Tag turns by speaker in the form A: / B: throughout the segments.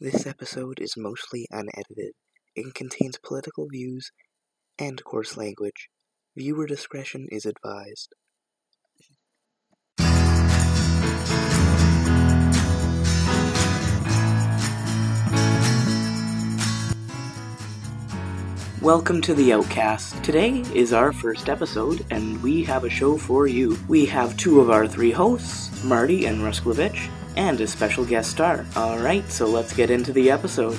A: This episode is mostly unedited and contains political views and coarse language. Viewer discretion is advised. Welcome to The Outcast. Today is our first episode, and we have a show for you. We have two of our three hosts, Marty and Rusklevich, and a special guest star. Alright, so let's get into the episode.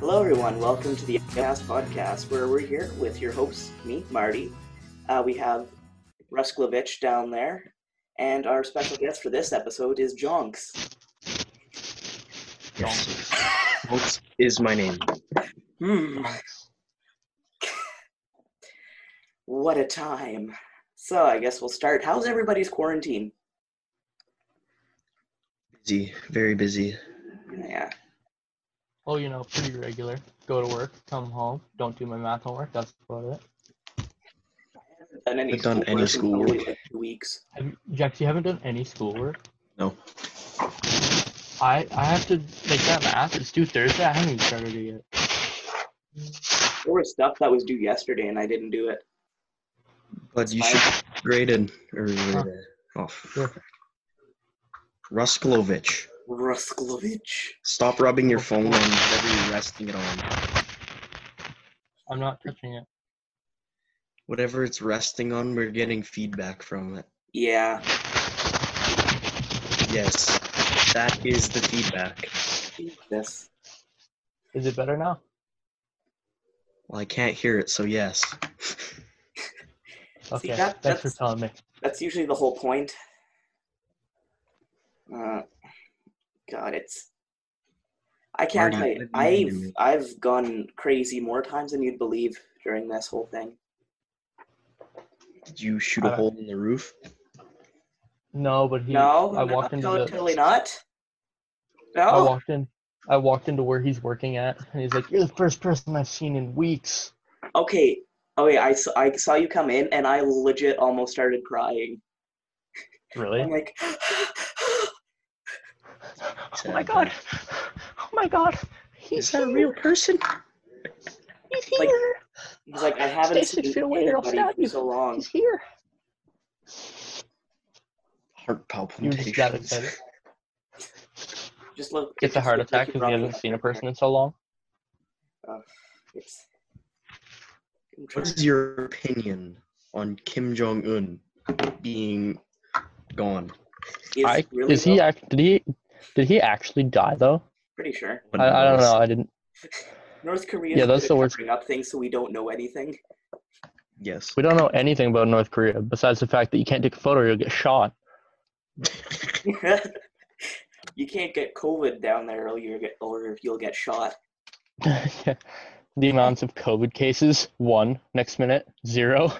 A: Hello, everyone. Welcome to The Outcast podcast, where we're here with your hosts, me, Marty. Uh, we have Rusklevich down there, and our special guest for this episode is Jonks.
B: Yes. What is my name?
A: Hmm. what a time. So I guess we'll start. How's everybody's quarantine?
B: Busy, very busy.
A: Yeah.
C: Well, you know, pretty regular. Go to work, come home, don't do my math homework. That's about it.
A: Done any
B: I've done
A: schoolwork
B: any
A: in
B: schoolwork.
A: probably, like, two weeks.
C: Have you, Jack, you haven't done any schoolwork.
B: No.
C: I I have to like that math. It's due Thursday. I haven't even started it yet.
A: There was stuff that was due yesterday and I didn't do it.
B: But you should be graded or uh, off.
C: Sure.
B: Rusklovich,
A: Rusklovich.
B: stop rubbing your phone on whatever you're resting it on.
C: I'm not touching it.
B: Whatever it's resting on, we're getting feedback from it.
A: Yeah.
B: Yes, that is the feedback.
A: This.
C: Is it better now?
B: Well, I can't hear it, so yes.
C: Okay.
A: that-
C: Thanks for
A: that's-
C: telling me.
A: That's usually the whole point. Uh, God, it's. I can't tell
B: Marty,
A: you.
B: what do you
A: I've
B: do?
A: I've gone crazy more times than you'd believe during this whole thing.
B: Did you shoot a
C: Uh,
B: hole in the roof?
C: No, but he.
A: no,
C: I
A: no,
C: walked into the.
A: totally not.
C: I
A: No,
C: walked in. I walked into where he's working at, and he's like, "You're the first person I've seen in weeks."
A: okay. Oh yeah, I, s- I saw you come in, and I legit almost started crying.
C: Really?
A: I'm like,
C: Oh my god! Oh my god! He's
B: Is that a
C: here.
B: real person?
C: He's
A: Like-
C: here.
A: he's like, I haven't
C: Stay six
A: seen
C: feet away or I'll
A: anybody
C: stab
A: in
C: you.
A: so long.
C: He's here.
B: Heart
C: You were
B: palpitations.
C: just that excited.
A: Just look. it
C: Gets a
A: just
C: heart
A: looked like
C: attack because
A: brought
C: he
A: me
C: hasn't
A: up
C: seen a
A: right there.
C: person in so long.
A: It's- I'm
B: What
A: trying-
B: is your opinion on Kim Jong Un being gone?
A: is
C: I,
A: really
C: is he
A: low.
C: act, did he did he actually die though?
A: Pretty sure.
C: I, I don't know. I didn't.
A: North Korea.
C: Yeah, that's the worst.
A: Covering up things so we don't know anything.
B: Yes.
C: We don't know anything about North Korea besides the fact that you can't take a photo or you'll get shot.
A: you can't get COVID down there, or you get, or you'll get shot.
C: the amounts of COVID cases one next minute zero.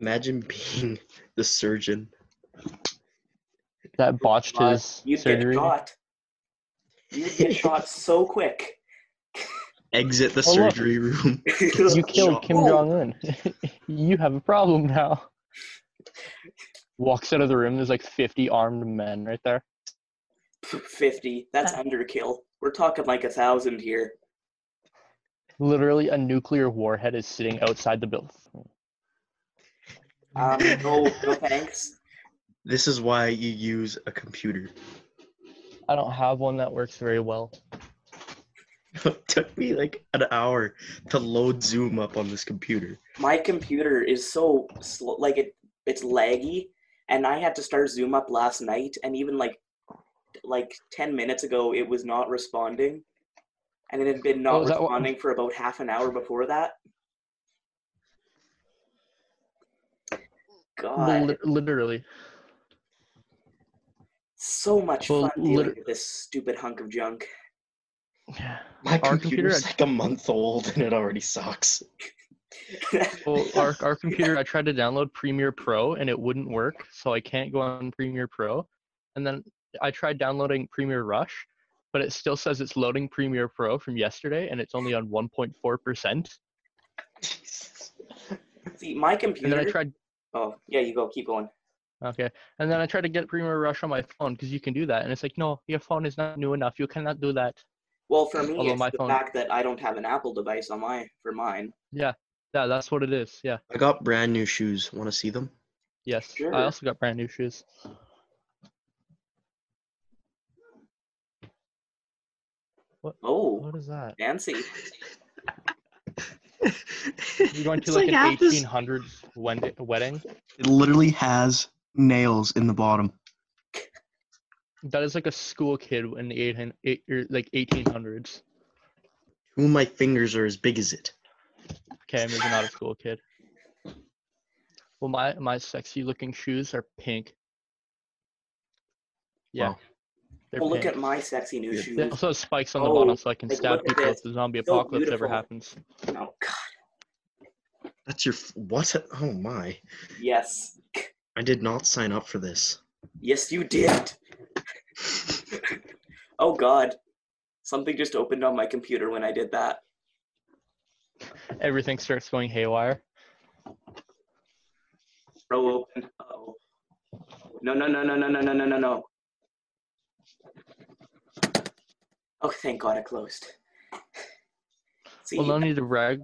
B: Imagine being the surgeon.
C: That botched
A: God,
C: his
A: You'd
C: surgery.
A: get shot. You'd get shot so quick.
B: Exit the
C: Oh, look.
B: surgery room.
C: You
B: Shot.
C: killed Kim
A: Whoa.
C: Jong Un. you have a problem now. Walks out of the room. There's like 50 armed men right there.
A: Fifty. That's underkill. We're talking like a thousand here.
C: Literally, a nuclear warhead is sitting outside the building.
A: Um, no, no thanks.
B: This is why you use a computer.
C: I don't have one that works very well.
B: It took me like an hour to load Zoom up on this computer.
A: my computer is so slow like it it's laggy and i had to start zoom up last night and even like like 10 minutes ago it was not responding and it had been not
C: Oh, is that what-
A: responding for about half an hour before that god
C: Lit- literally.
A: so much
C: Well,
A: fun dealing
C: lit-
A: with this stupid hunk of junk
B: My
C: Our computer
B: computer's like a month old and it already sucks.
C: Well, our, our computer, I tried to download Premiere Pro and it wouldn't work, so I can't go on Premiere Pro. And then I tried downloading Premiere Rush, but it still says it's loading Premiere Pro from yesterday and it's only on 1.4%.
B: Jesus.
A: see
C: And then
A: my
C: I
A: computer
C: tried
A: oh yeah you go keep going
C: Okay. And then I tried to get Premiere Rush on my phone because you can do that. And it's like, no, your phone is not new enough. You cannot do that.
A: Well, for me,
C: Although
A: it's
C: my
A: the
C: phone-
A: fact that I don't have an Apple device on my for mine.
C: Yeah, that's what it is. Yeah.
B: I got brand new shoes. Want to see them?
C: Yes.
A: Sure.
C: I also got brand new shoes.
A: Oh,
C: What is that?
A: Oh, fancy!
C: You're going to
B: It's
C: like, an
B: half this-
C: 1800s wed- wedding?
B: It literally has nails in the bottom.
C: That is like a school kid in the eight, eight or like 1800s.
B: Two of my fingers are as big as it.
C: Okay, I'm maybe not a school kid. Well, my my sexy looking shoes are pink. Yeah.
B: Wow.
C: They're
A: Well, look
C: pink.
A: at my sexy new
B: Yeah.
A: shoes.
C: They also have spikes on the
A: Oh,
C: bottom so I can
A: like,
C: stab
A: look at
C: people if
A: this.
C: the zombie
A: So
C: apocalypse ever
A: beautiful.
C: happens.
A: Oh God,
B: That's your f- what? Oh my!
A: yes,
B: I did not sign up for this.
A: yes, you did. oh God, something just opened on my computer when I did that.
C: Everything starts going haywire.
A: Pro open. Oh, no, no, no, no, no, no, no, no, no, no. Oh, thank God, it closed. See,
C: Well, no need to brag,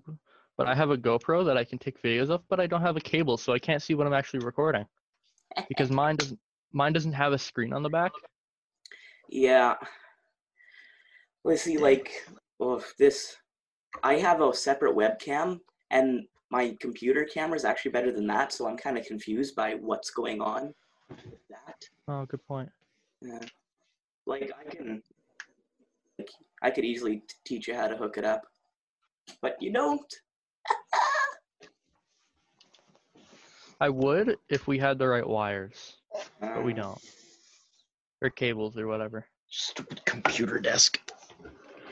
C: but I have a GoPro that I can take videos of, but I don't have a cable, so I can't see what I'm actually recording because mine doesn't mine doesn't have a screen on the back.
A: Yeah. Let's see, like, oh, this. I have a separate webcam, and my computer camera is actually better than that, so I'm kind of confused by what's going on with that.
C: Oh, good point.
A: Yeah. Like, I can. Like, I could easily t- teach you how to hook it up, but you don't.
C: I would if we had the right wires, but we
A: Uh,
C: don't. Or cables or whatever.
B: Stupid computer desk.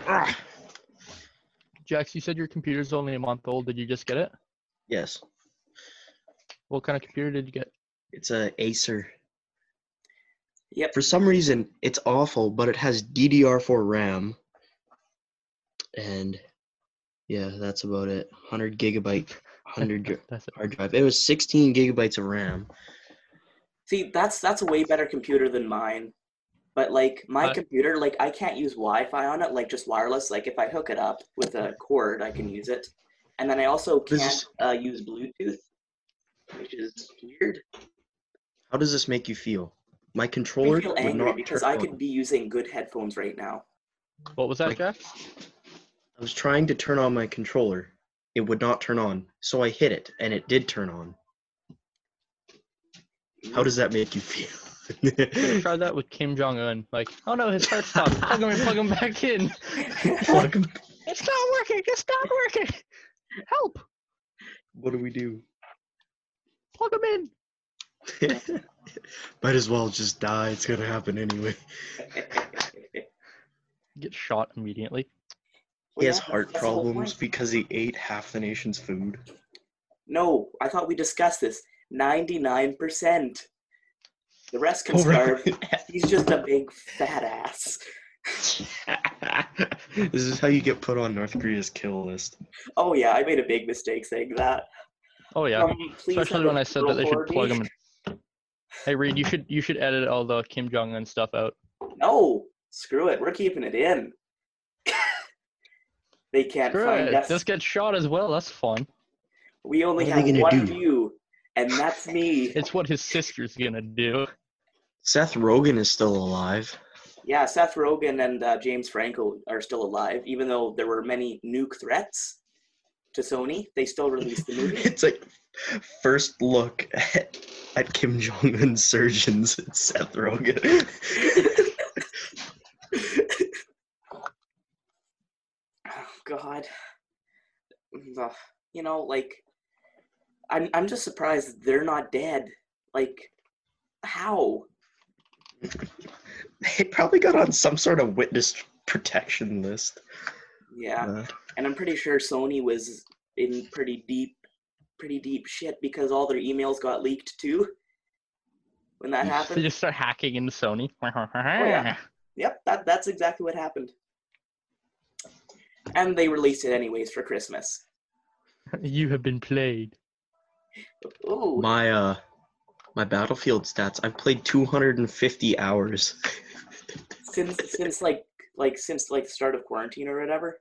B: Ah.
C: Jax, you said your computer's only a month old. Did you just get it?
B: Yes,
C: What kind of computer did you get?
B: it's a Acer.
A: Yep.
B: For some reason, it's awful, but it has DDR4 RAM. And yeah, that's about it. 100 gigabyte, 100 dri-
C: That's it.
B: hard drive. It was 16 gigabytes of RAM.
A: See, that's that's a way better computer than mine. But like my
C: I-
A: computer, like I can't use Wi-Fi on it, like just wireless. Like if I hook it up with a cord, I can use it. And then I also
B: This
A: can't
B: is-
A: uh, use Bluetooth, which is weird.
B: How does this make you feel? My controller
A: I feel
B: would
A: angry
B: not
A: because
B: turn
A: I
B: on.
A: could be using good headphones right now.
C: What was that,
B: Like-
C: Jax?
B: I was trying to turn on my controller. It would not turn on. So I hit it, and it did turn on. How does that make you
C: Should have
B: feel?
C: tried that with Kim Jong Un. Like, oh no, his heart stopped. Plug him in, plug him back in.
B: Fuck.
C: It's not working. It's not working. Help!
B: what do we do?
C: Plug him in.
B: Might as well just die. It's gonna happen anyway.
C: Get shot immediately.
B: He
A: Well,
B: has
A: yeah,
B: heart
A: that's the whole
B: problems
A: point.
B: because he ate half the nation's food.
A: No, I thought we discussed this. Ninety-nine percent. The rest
B: Oh,
A: can starve. He's just a big fat ass.
B: this is how you get put on North Korea's kill list.
A: Oh yeah, I made a big mistake saying that.
C: Oh yeah.
A: Um, please
C: Especially
A: have
C: when
A: a
C: I said that they
A: girl
C: should
A: for
C: plug
A: me.
C: him in. Hey Reed, you should you should edit all the Kim Jong Un stuff out.
A: No, screw it. We're keeping it in. they can't
C: Screw
A: find
C: it.
A: us.
C: This gets shot as well. That's fun.
A: We only
B: What are they
A: have
B: gonna
A: one
B: do?
A: view, and that's me.
C: It's what his sister's gonna do.
B: Seth Rogen is still alive.
A: yeah, Seth Rogen and uh, James Franco are still alive, even though there were many nuke threats to Sony. They still released the movie.
B: It's like first look at, at Kim Jong Un surgeons. It's Seth Rogen.
A: oh God. Ugh. You know, like, I'm I'm just surprised they're not dead. Like, how?
B: they probably got on some sort of witness protection list.
A: Yeah.
B: Uh,
A: and I'm pretty sure Sony was in pretty deep, pretty deep shit because all their emails got leaked too. When that
C: They
A: happened,
C: just start hacking into Sony.
A: Oh, yeah. yep, that that's exactly what happened. And they released it anyways for Christmas.
C: You have been played.
A: Ooh,
B: my uh My Battlefield stats. I've played 250 hours.
A: since since like like since like the start of quarantine or whatever.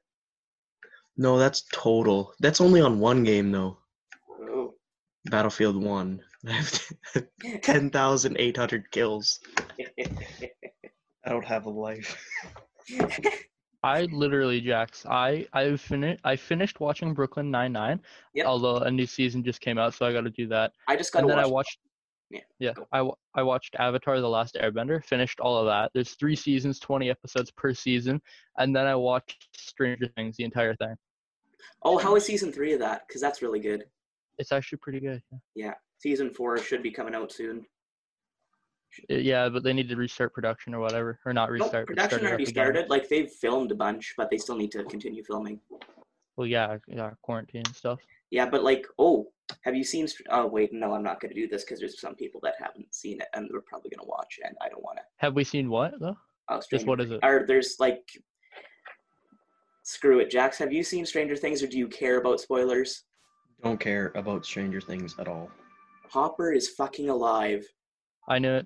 B: no, that's total. That's only on one game though.
A: Oh.
B: Battlefield One. I have ten thousand eight hundred kills. I don't have a life.
C: I literally, Jax. I I finished. I finished watching Brooklyn Nine Nine.
A: Yep.
C: Although a new season just came out, so I got to do that.
A: I just gotta
C: And then I
A: watch.
C: watched.
A: Yeah,
C: Yeah.
A: go.
C: I wa- I watched Avatar: The Last Airbender. Finished all of that. There's three seasons, 20 episodes per season, and then I watched Stranger Things, the entire thing.
A: oh, how is season three of that? Because that's really good.
C: It's actually pretty good.
A: Season four should be coming out soon.
C: Uh, Yeah, but they need to restart production or whatever, or not
A: No,
C: restart. but start
A: production
C: it
A: already
C: up again.
A: started. Like they've filmed a bunch, but they still need to continue filming.
C: Well, yeah, yeah, quarantine and stuff.
A: Yeah, but like, oh, have you seen? Str- Oh, wait, no, I'm not gonna do this because there's some people that haven't seen it and they're probably gonna watch, it, and I don't want to.
C: Have we seen what though?
A: Oh,
C: Just
A: Stranger.
C: what is it?
A: Or there's like, screw it, Jax. Have you seen Stranger Things, or do you care about spoilers?
B: Don't care about Stranger Things at all.
A: Hopper is fucking alive.
C: I knew it.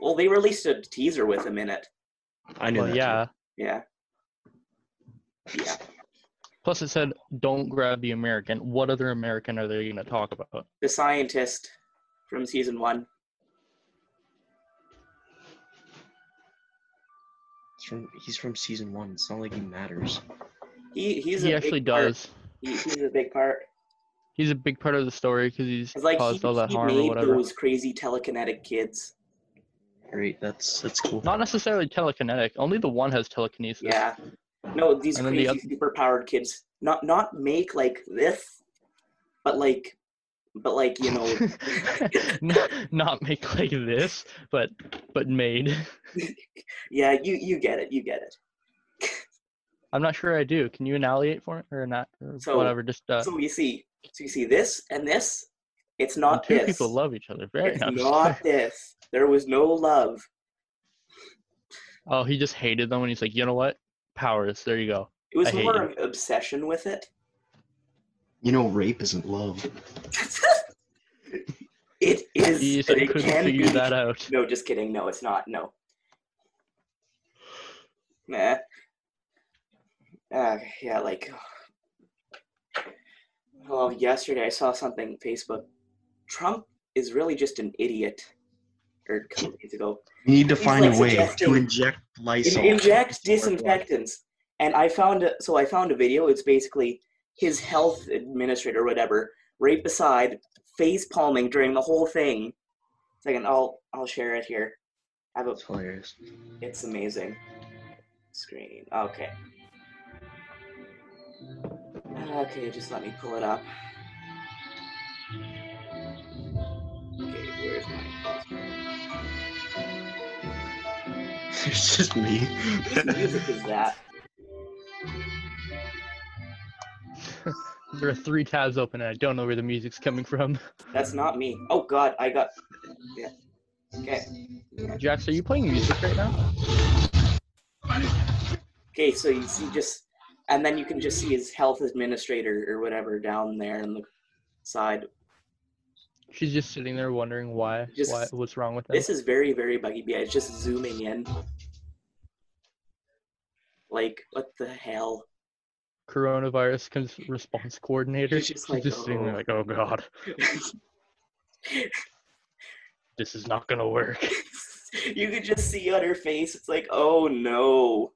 A: Well, they released a teaser with him in it.
B: I know
C: Well,
B: that.
C: yeah.
A: Yeah. Yeah.
C: Plus, it said, "Don't grab the American." What other American are they going to talk about?
A: The scientist from season one.
B: It's from, he's from season one. It's not like he matters.
A: He he's
C: he
A: a
C: actually
A: big part-
C: does.
A: He, he's a big part.
C: He's a big part of the story because he's
A: 'Cause, like
C: caused
A: he,
C: all that
A: he
C: harm or
A: made
C: whatever.
A: those crazy telekinetic kids.
B: Great. That's that's cool.
C: Not necessarily telekinetic. Only the one has telekinesis.
A: Yeah. No, these
C: And then
A: crazy
C: the
A: superpowered kids. Not not make like this, but like, but like you know.
C: not, not make like this, but but made.
A: yeah, you you get it. You get it.
C: I'm not sure I do. Can you annihilate for it or not? Or
A: So-
C: whatever. Just uh,
A: so you see, so you see this and this. It's
C: and
A: not
C: two
A: this.
C: people love each other. Very
A: it's
C: much.
A: not this. There was no love.
C: Oh, he just hated them, and he's like, you know what? Powers. There you go.
A: It was
C: I hate
A: more of obsession with it.
B: You know, rape isn't love.
A: it is.
C: He just
A: but it
C: couldn't
A: can
C: figure
A: be.
C: that out.
A: No, just kidding. No, it's not. No. Nah. Uh, yeah, like. Oh, yesterday I saw something on Facebook. Trump is really just an idiot. Or a couple days ago.
B: You need to
A: He's
B: find
A: like
B: a way
A: suggesting-
B: to inject Lysol.
A: Inject disinfectants. And I found a, so I found a video. It's basically his health administrator, or whatever, right beside face palming during the whole thing. Second, I'll I'll share it here. I have a
B: That's hilarious.
A: It's amazing. Screen. Okay. Okay, just let me pull it up. Okay, where's my
B: It's just me.
A: Whose music is that?
C: There are three tabs open, and I don't know where the music's coming from.
A: That's not me. Oh god, I got yeah. Okay.
C: Jax, are you playing music right now?
A: Okay, so you see just and then you can just see his health administrator or whatever down there on the side.
C: She's just sitting there wondering why,
A: Just-
C: why what's wrong with him.
A: This is very, very buggy. Yeah, it's just zooming in. Like, what the hell?
C: Coronavirus cons- response coordinator.
A: She's
C: She's
A: just
C: just,
A: like,
C: sitting there
A: "Oh."
C: like, oh god, this is not gonna work.
A: you could just see on her face. It's like, oh no.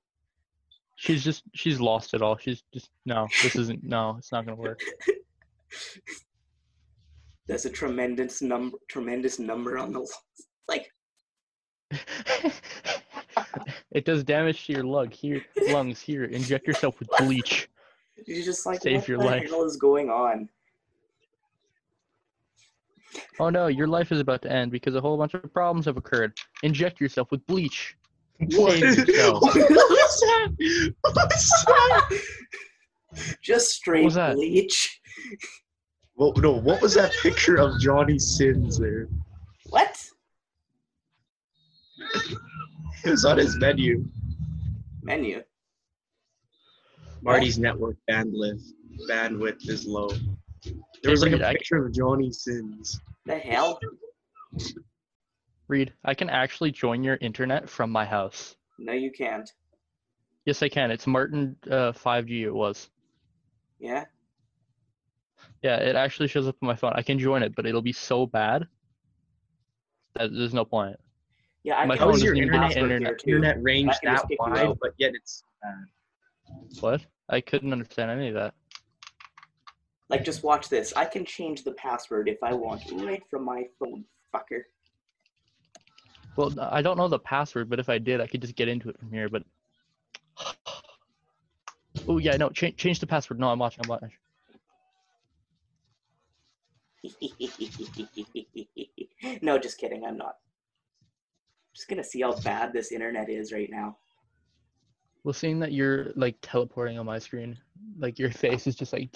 C: She's just she's lost it all. She's just no, this isn't no, it's not gonna work.
A: That's a tremendous number. Tremendous number on the. l- Like,
C: it does damage to your lung here, lungs here. Inject yourself with bleach.
A: you're just like,
C: Save
A: what
C: your
A: the
C: life.
A: hell is going on?
C: Oh no, your life is about to end because a whole bunch of problems have occurred. Inject yourself with bleach.
B: What?
C: Save yourself.
B: What was that? What was that?
A: Just straight
C: was that?
A: bleach.
B: Well, no, what was that picture of Johnny Sins there?
A: What?
B: It was on his menu.
A: Menu.
B: Marty's network bandwidth bandwidth is low. There
C: Hey,
B: was like
C: Reed,
B: a
C: I-
B: picture of Johnny Sins.
A: The hell?
C: Reed, I can actually join your internet from my house.
A: No, you can't.
C: Yes, I can. It's Martin uh, 5G. It was.
A: Yeah.
C: Yeah, it actually shows up on my phone. I can join it, but it'll be so bad that there's no point.
A: Yeah, I
C: My
A: can
C: phone
A: always
C: is
A: use
C: your internet-
A: password
C: internet-
A: there, too.
D: Internet range
A: I can just
D: that
A: kick you
D: wide,
A: out.
D: but yet it's. Uh,
C: What? I couldn't understand any of that.
A: Like, just watch this. I can change the password if I want right from my phone, fucker.
C: Well, I don't know the password, but if I did, I could just get into it from here. But oh yeah, no, change change the password. No, I'm watching. I'm watching.
A: no, just kidding. I'm not. Just gonna see how bad this internet is right now.
C: Well, seeing that you're like teleporting on my screen, like your face is just like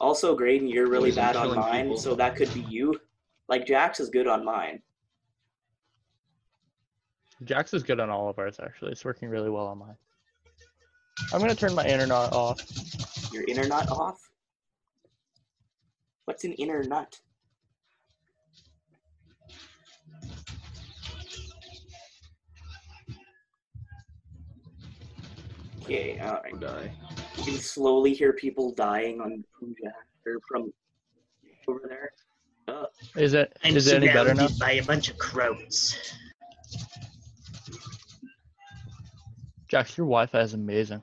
A: Also, Graydon, you're really
B: Poison
A: bad on
B: killing
A: mine,
B: people.
A: so that could be you. Like, Jax is good on mine.
C: Jax is good on all of ours actually. It's working really well on mine. I'm gonna turn my internet off.
A: Your inner nut off? What's an inner nut? Okay, alright.
B: Die.
A: You can slowly hear people dying on from Jack or from over there.
C: Is it is it any better now?
D: by a bunch of crows.
C: Jax, your Wi-Fi is amazing.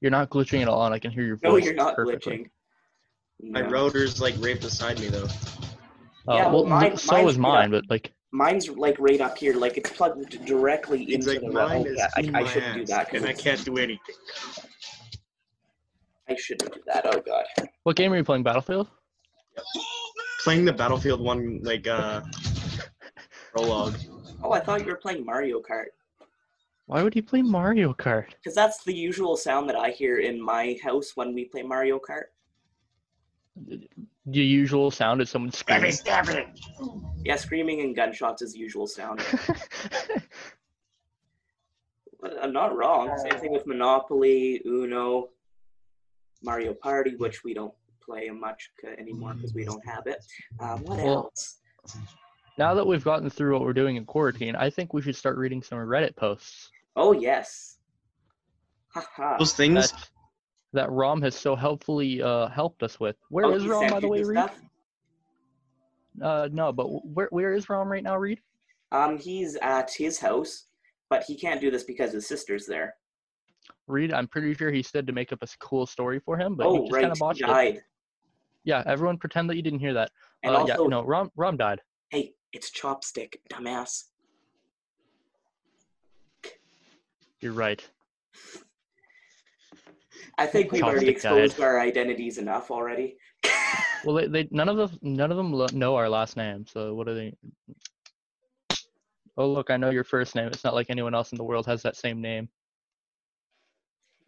C: You're not glitching at all, and I can hear your voice.
A: No, you're not
C: perfectly.
A: glitching.
B: My
A: No.
B: router's like right beside me though.
C: Uh,
A: Yeah,
C: well,
A: well, mine-
C: so
A: mine's
C: is
A: good.
C: mine, but like
A: Mine's like right up here, like it's plugged directly
B: It's
A: into
B: like
A: the
B: mine
A: wall.
B: is
A: Yeah, I,
B: in
A: I
B: my
A: shouldn't do
B: ass,
A: that. 'cause
B: and I
A: it's-
B: can't do anything.
A: I shouldn't do that. Oh god.
C: what game are you playing? Battlefield?
B: Playing the Battlefield one like uh prologue.
A: Oh, I thought you were playing Mario Kart.
C: Why would you play Mario Kart?
A: Because that's the usual sound that I hear in my house when we play Mario Kart.
C: The usual sound is someone screaming.
A: Yeah, screaming and gunshots is the usual sound. But I'm not wrong. Same thing with Monopoly, Uno, Mario Party, which we don't play much c- anymore because we don't have it. Um, what
C: Well-
A: else?
C: now that we've gotten through what we're doing in quarantine, I think we should start reading some Reddit posts.
A: Oh yes. Haha.
B: Those things
C: That, that Rom has so helpfully uh, helped us with. Where
A: Oh,
C: is
A: he
C: Rom,
A: sent
C: by the
A: you
C: way,
A: this
C: Reed?
A: stuff?
C: Uh, no, but where where is Rom right now, Reed?
A: Um, he's at his house, but he can't do this because his sister's there.
C: Reed, I'm pretty sure he said to make up a s- cool story for him, but he
A: oh
C: just
A: right,
C: kind of botched
A: he
C: it.
A: died.
C: Yeah, everyone pretend that you didn't hear that.
A: And
C: uh,
A: also,
C: yeah, no, Rom Rom died.
A: hey, it's Chopstick, dumbass.
C: You're right.
A: I think we've
C: Chopstick
A: already
C: died.
A: exposed our identities enough already.
C: Well, they, they none of the none of them lo- know our last name. So what are they? Oh look, I know your first name. It's not like anyone else in the world has that same name.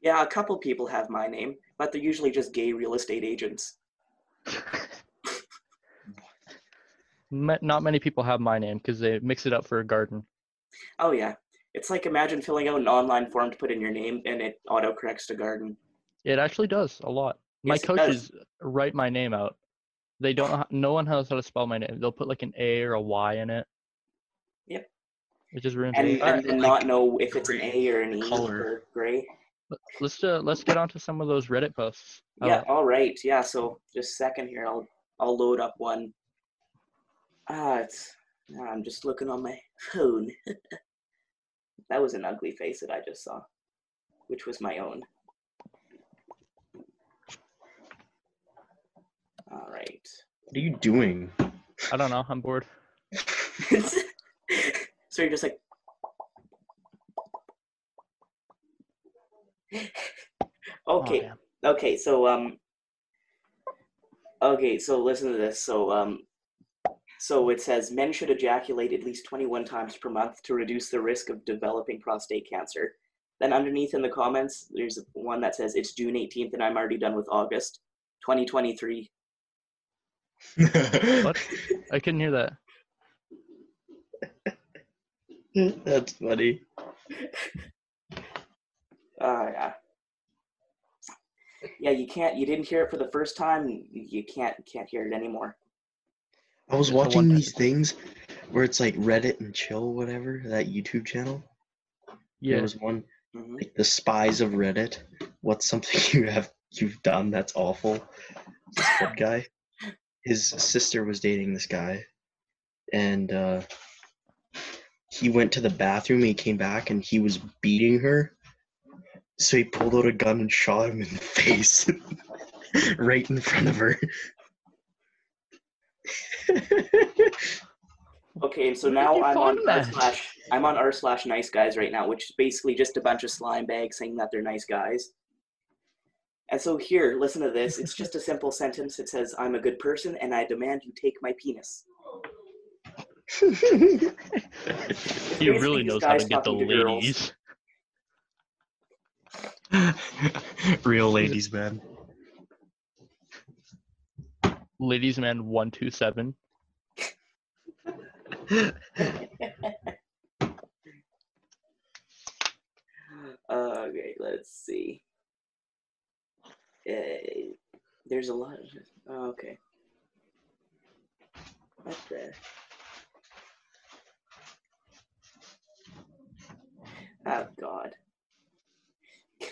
A: Yeah, a couple people have my name, but they're usually just gay real estate agents.
C: Ma- Not many people have my name because they mix it up for a garden.
A: Oh yeah. It's like imagine filling out an online form to put in your name and it autocorrects to garden.
C: It actually does a lot. My
A: Yes, it does.
C: coaches write my name out. They don't. know how- No one knows how to spell my name. They'll put like an A or a Y in it.
A: Yep.
C: It just ruins
A: And
C: it. All
A: and
C: right,
A: then not know if it's an
B: Uh, gray
A: A or an E
B: color.
A: or gray.
C: let's uh, let's get onto some of those Reddit posts.
B: Oh.
C: How
A: Yeah,
C: about-
A: all right. Yeah, so just a second here. I'll I'll load up one. Ah, it's ah, I'm just looking on my phone. that was an ugly face that I just saw, which was my own. All right.
B: What are you doing?
C: Oh, I don't know. I'm bored.
A: so you're just like
C: Oh,
A: Okay.
C: man.
A: Okay, so um Okay, so listen to this. So um so it says men should ejaculate at least 21 times per month to reduce the risk of developing prostate cancer. Then underneath in the comments there's one that says it's June 18th and I'm already done with August 2023.
C: What? I couldn't hear that.
B: That's funny.
A: Oh yeah. Yeah, you can't you didn't hear it for the first time, you can't can't hear it anymore.
B: I I was
C: It's a one
B: watching
C: time.
B: these things where it's like Reddit and Chill, whatever, that YouTube channel. There
C: Yeah.
B: was one
A: Mhm.
B: like the spies of Reddit. What's something you have you've done that's awful? This one guy, his sister was dating this guy, and uh, he went to the bathroom. He came back and he was beating her, so he pulled out a gun and shot him in the face, right in front of her.
A: Okay, and so
C: Where did
A: now
C: you
A: I'm on
C: find
A: r
C: that?
A: slash I'm on r slash nice guys right now, which is basically just a bunch of slime bags saying that they're nice guys. And so here, listen to this. It's just a simple sentence. It says, "I'm a good person, and I demand you take my penis."
C: He
A: basically
C: really
A: this
C: knows how
A: guy's
C: to get the
A: talking to girls.
C: ladies.
B: Real ladies, man.
C: Ladies man one two seven.
A: Uh, okay, let's see. Uh, there's a lot. Of, oh, okay. What the? Oh God.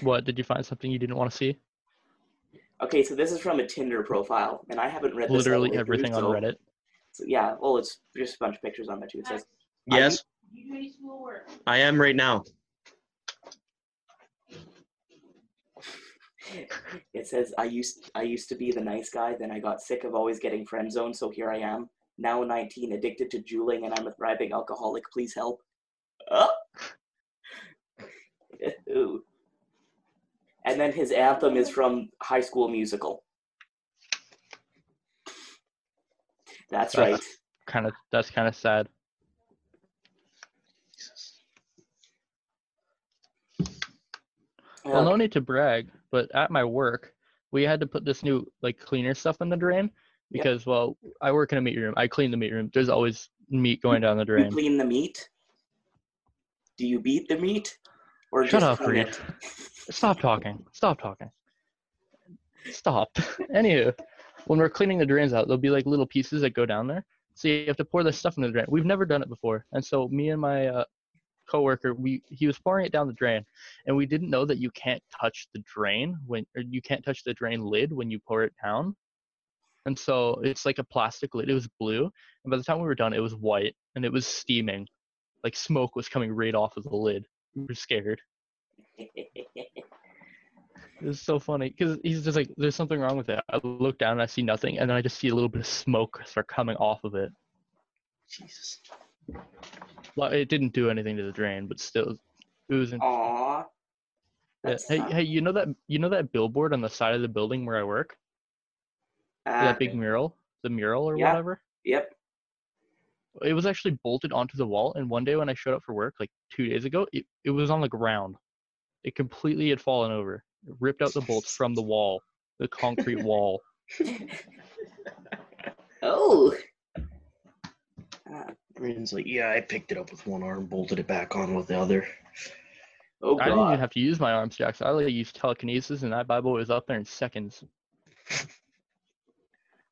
C: What did you find something you didn't want to see?
A: Okay, so this is from a Tinder profile, and I haven't read this all the way
C: Literally
A: through,
C: everything on
A: so-
C: Reddit.
A: so yeah, well, it's just a bunch of pictures on there too. It says,
B: Yes,
E: You guys will work.
B: I am right now.
A: it says I used I used to be the nice guy, then I got sick of always getting friend zoned, so here I am, now 19, addicted to juuling, and I'm a thriving alcoholic. Please help. Oh. Ew. and then his anthem is from High School Musical. That's right.
C: Kind of that's kind of sad. Well, no
A: Okay.
C: need to brag, but at my work, we had to put this new like cleaner stuff in the drain
A: Yeah.
C: because well, I work in a meat room. I clean the meat room. There's always meat going down the
A: Do you
C: drain.
A: clean the meat? Do you beat the meat? Or
C: Shut
A: just
C: up,
A: clean
C: Reed.
A: it?
C: Stop talking. Stop talking. Stop. Anywho, when we're cleaning the drains out, there'll be like little pieces that go down there. So you have to pour this stuff in the drain. We've never done it before, and so me and my uh, coworker, we he was pouring it down the drain, and we didn't know that you can't touch the drain when or you can't touch the drain lid when you pour it down. And so it's like a plastic lid. It was blue, and by the time we were done, it was white and it was steaming, like smoke was coming right off of the lid. We were scared. It's so funny because he's just like, "There's something wrong with it." I look down and I see nothing, and then I just see a little bit of smoke start coming off of it.
B: Jesus.
C: Well, it didn't do anything to the drain, but still, it was. In-
A: Oh, Aww.
C: yeah. Hey, hey, you know that you know that billboard on the side of the building where I work, that big mural, the mural or
A: Yeah.
C: whatever.
A: Yep.
C: It was actually bolted onto the wall, and one day when I showed up for work, like two days ago, it, it was on the ground. It completely had fallen over, It ripped out the bolts from the wall, the concrete wall.
A: Oh.
B: Brandon's like, yeah, I picked it up with one arm, bolted it back on with the other.
A: Oh
C: I didn't even
A: god.
C: have to use my arms, Jackson. I like used telekinesis, and that Bible was up there in seconds.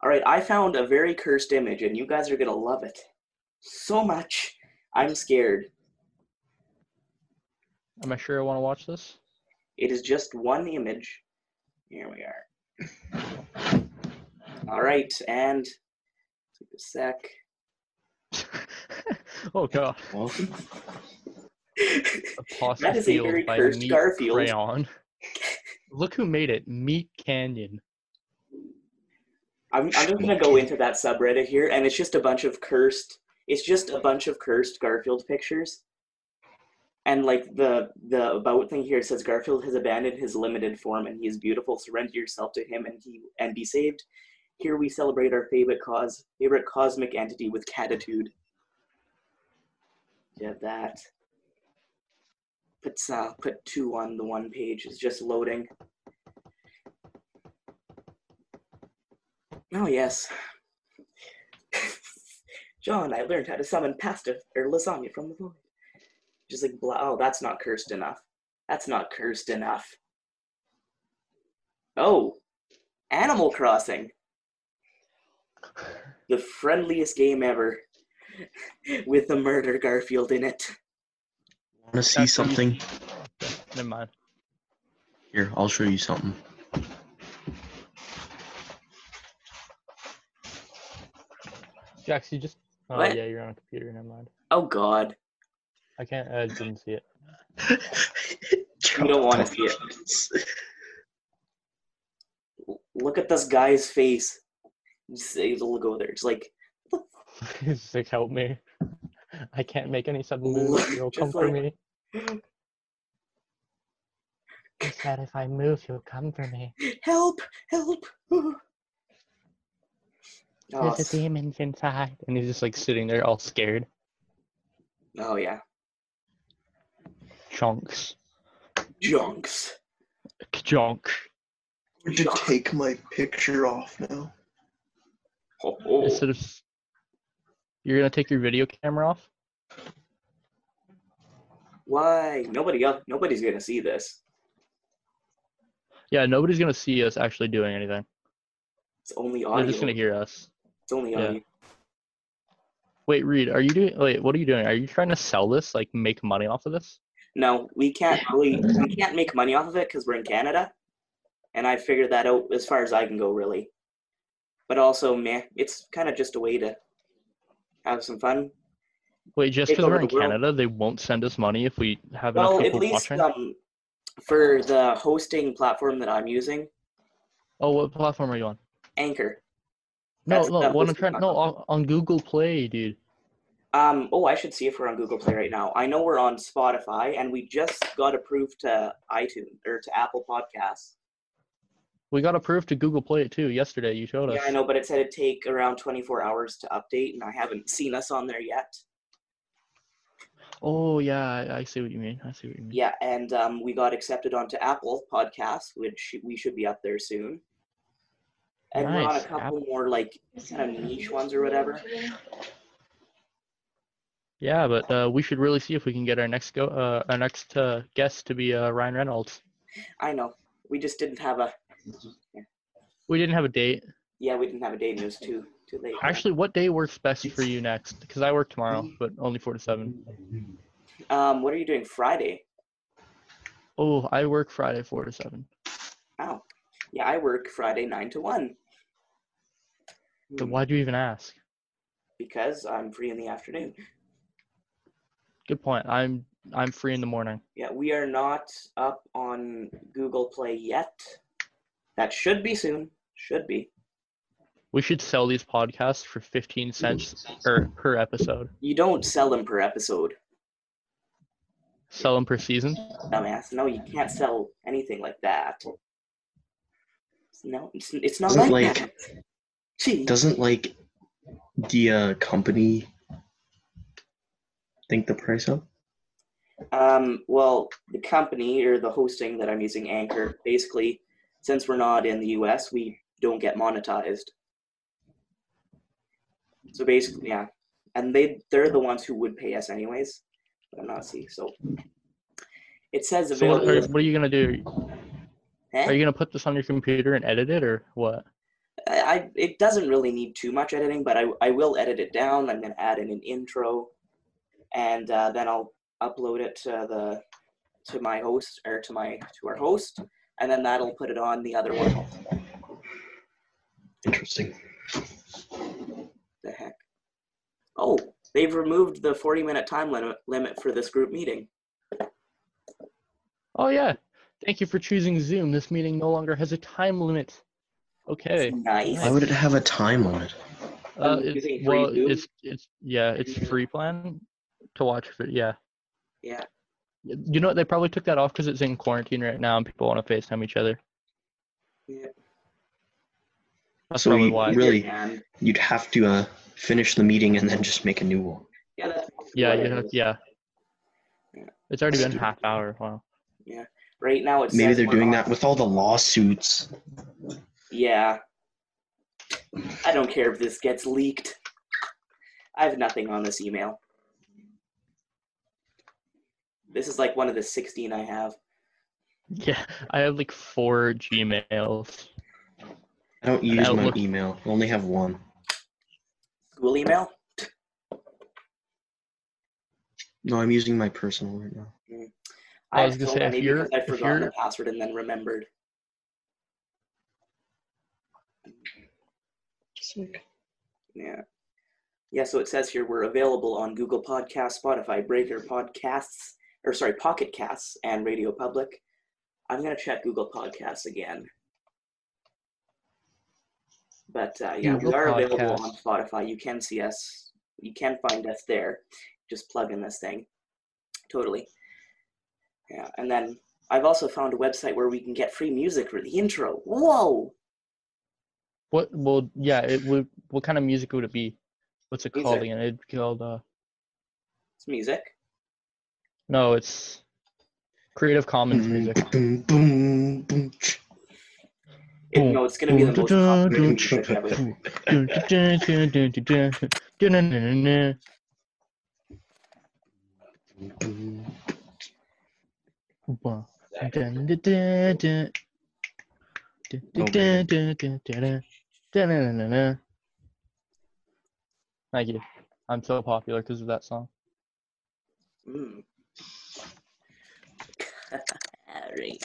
A: All right, I found a very cursed image and you guys are going to love it so much. I'm scared.
C: Am I sure I want to watch this?
A: It is just one image. Here we are. All right, and take a sec.
C: oh god,
B: Well,
A: that
C: apostle
A: is a very
C: field by
A: cursed
C: meat
A: Garfield.
C: crayon. Look who made it, Meat Canyon.
A: I'm, I'm just gonna go into that subreddit here, and it's just a bunch of cursed. It's just a bunch of cursed Garfield pictures. And like the the about thing here says Garfield has abandoned his limited form, and he is beautiful. Surrender yourself to him, and he and be saved. Here we celebrate our favorite cause, favorite cosmic entity with catitude. Yeah, that. Put uh, put two on the one page. It's just loading. Oh yes. John, I learned how to summon pasta or lasagna from the void. Just like blah. Oh, that's not cursed enough. That's not cursed enough. Oh, Animal Crossing. the friendliest game ever with the murder Garfield in it.
B: Want to see
C: That's what you-
B: something?
C: Never mind.
B: Here, I'll show you something.
C: Jax, you just. Oh,
A: What?
C: yeah, you're on a computer. Never mind.
A: Oh God,
C: I can't. I didn't see it.
A: you don't want to see it. Look at this guy's face. Just- It'll go there. It's like
C: It's like, help me. I can't make any sudden
A: Look,
C: moves. You'll come
A: just
C: for
A: like-
C: me. He said if I move, he'll come for me.
A: help, help. Oh,
C: There's
A: s-
C: a demons inside. And he's just like sitting there all scared.
A: oh yeah,
C: Chunks.
A: junks.
C: Junk.
B: Would take my picture off now?
A: Oh, oh.
C: Instead of. s- You're gonna take your video camera off?
A: Why? Nobody else. Nobody's gonna see this.
C: Yeah, nobody's gonna see us actually doing anything.
A: It's only
C: They're
A: audio.
C: just gonna hear us.
A: It's only
C: yeah.
A: audio.
C: Wait, Reed, are you doing? Wait, what are you doing? Are you trying to sell this? Like, make money off of this?
A: No, we can't really. We can't make money off of it because we're in Canada, and I figured that out as far as I can go, really. But also, man, it's kind of just a way to have some fun.
C: Wait, just
A: Take
C: because
A: over
C: we're in
A: the world.
C: Canada, they won't send us money if we have
A: Well,
C: enough
A: at
C: people
A: least
C: watching.
A: um, for the hosting platform that I'm using,
C: oh, what platform are you on?
A: Anchor.
C: No,
A: That's
C: no,
A: not
C: what I'm
A: hosted
C: trying. No, on, on Google Play, dude.
A: Um, oh, I should see if we're on Google Play right now. I know we're on Spotify, and we just got approved to iTunes or to Apple Podcasts.
C: We got approved to Google Play too yesterday. You showed us.
A: Yeah, I know, but it said it'd take around 24 hours to update, and I haven't seen us on there yet.
C: Oh yeah, I, I see what you mean. I see what you mean.
A: Yeah, and um, we got accepted onto Apple Podcasts, which we should be up there soon. And we're on a
C: Nice,
A: couple
C: Apple.
A: more like kind of niche ones or whatever.
C: Yeah, but uh, we should really see if we can get our next go, uh, our next uh, guest to be uh, Ryan Reynolds.
A: I know. We just didn't have a
C: We didn't have a date.
A: yeah, we didn't have a date and it was too too late.
C: Actually, what day works best for you next? Because I work tomorrow, but only four to seven.
A: Um what are you doing Friday?
C: Oh, I work Friday four to seven.
A: Oh. Yeah, I work Friday nine to one.
C: Then
A: Hmm,
C: why'd you even ask?
A: Because I'm free in the afternoon.
C: Good point. I'm I'm free in the morning.
A: Yeah, we are not up on Google Play yet. That should be soon. Should be.
C: We should sell these podcasts for fifteen cents or per episode.
A: You don't sell them per episode.
C: Sell them per season.
A: dumbass. No, you can't sell anything like that. No, it's, it's not
B: Doesn't
A: like,
B: like-
A: that. Gee,
B: Doesn't like the uh, company think the price up?
A: um, well, the company or the hosting that I'm using, Anchor, basically, since we're not in the U.S., we don't get monetized. So basically, yeah, and they they're the ones who would pay us anyways, but I'm not see. So it says
C: So what are,
A: available.
C: what are you gonna do?
A: Eh?
C: Are you gonna put this on your computer and edit it or what?
A: I, I it doesn't really need too much editing, but I I will edit it down. I'm gonna add in an intro, and uh, then I'll upload it to the to my host or to my to our host, and then that'll put it on the other one.
B: Interesting.
A: The heck! Oh, they've removed the 40 minute time limit limit for this group meeting.
C: Oh yeah. Thank you for choosing Zoom. This meeting no longer has a time limit. Okay.
A: Nice.
B: Why would it have a time limit?
C: Uh,
A: Um,
C: it's-
A: using free
C: well,
A: Zoom?
C: it's it's yeah, it's free plan to watch. For, yeah.
A: Yeah.
C: Y- You know what? They probably took that off because it's in quarantine right now, and people want to FaceTime each other.
A: Yeah.
C: That's
B: So
C: probably
B: you
C: why.
B: really-
A: And-
B: You'd have to uh, finish the meeting and then just make a new one.
A: yeah, that's
C: Yeah,
A: what it
C: you have,
A: is.
C: yeah.
A: Yeah.
C: It's already been
B: Stupid.
C: half hour. Wow.
A: Right now, it's
B: Maybe they're doing that with all the lawsuits.
A: Yeah. I don't care if this gets leaked. I have nothing on this email. This is like one of the 16 I have.
C: Yeah, I have like four Gmails.
B: I don't use my
C: Outlook.
B: email. I only have one.
A: Google email?
B: No, I'm using my personal right now.
C: I
A: I
C: was
A: have
C: gonna
A: so
C: say, if
A: many
C: you're-
A: because I
C: if
A: forgot my
C: you're-
A: password and then remembered.
B: Sick.
A: Yeah. Yeah, so it says here we're available on Google Podcasts, Spotify, Breaker Podcasts, or sorry, Pocket Casts and Radio Public. I'm going to check Google Podcasts again. But uh, yeah,
C: Google
A: we are available on
C: Podcasts.
A: Spotify. You can see us, you can find us there. Just plug in this thing. Totally. Yeah, and then I've also found a website where we can get free music for the intro. Whoa!
C: What? Well, yeah. It would. What kind of music would it be? What's it called
A: Music.
C: again? It'd be called. Uh,
A: It's music.
C: no, it's Creative Commons music.
B: Mm-hmm. Boom, boom, boom, ch-
A: It,
C: Boom.
A: no, it's going to be the
C: Boom,
A: most
C: da, da,
A: popular
C: dun,
A: music ever.
C: Boom,
B: boom.
C: dun, dun, dun, dun. Dun, dun,
B: Oh,
C: dun,
B: man.
C: dun, dun, dun, dun. Dun, dun, dun, dun. Thank you. I'm so popular because of that song.
A: Mm. Alright.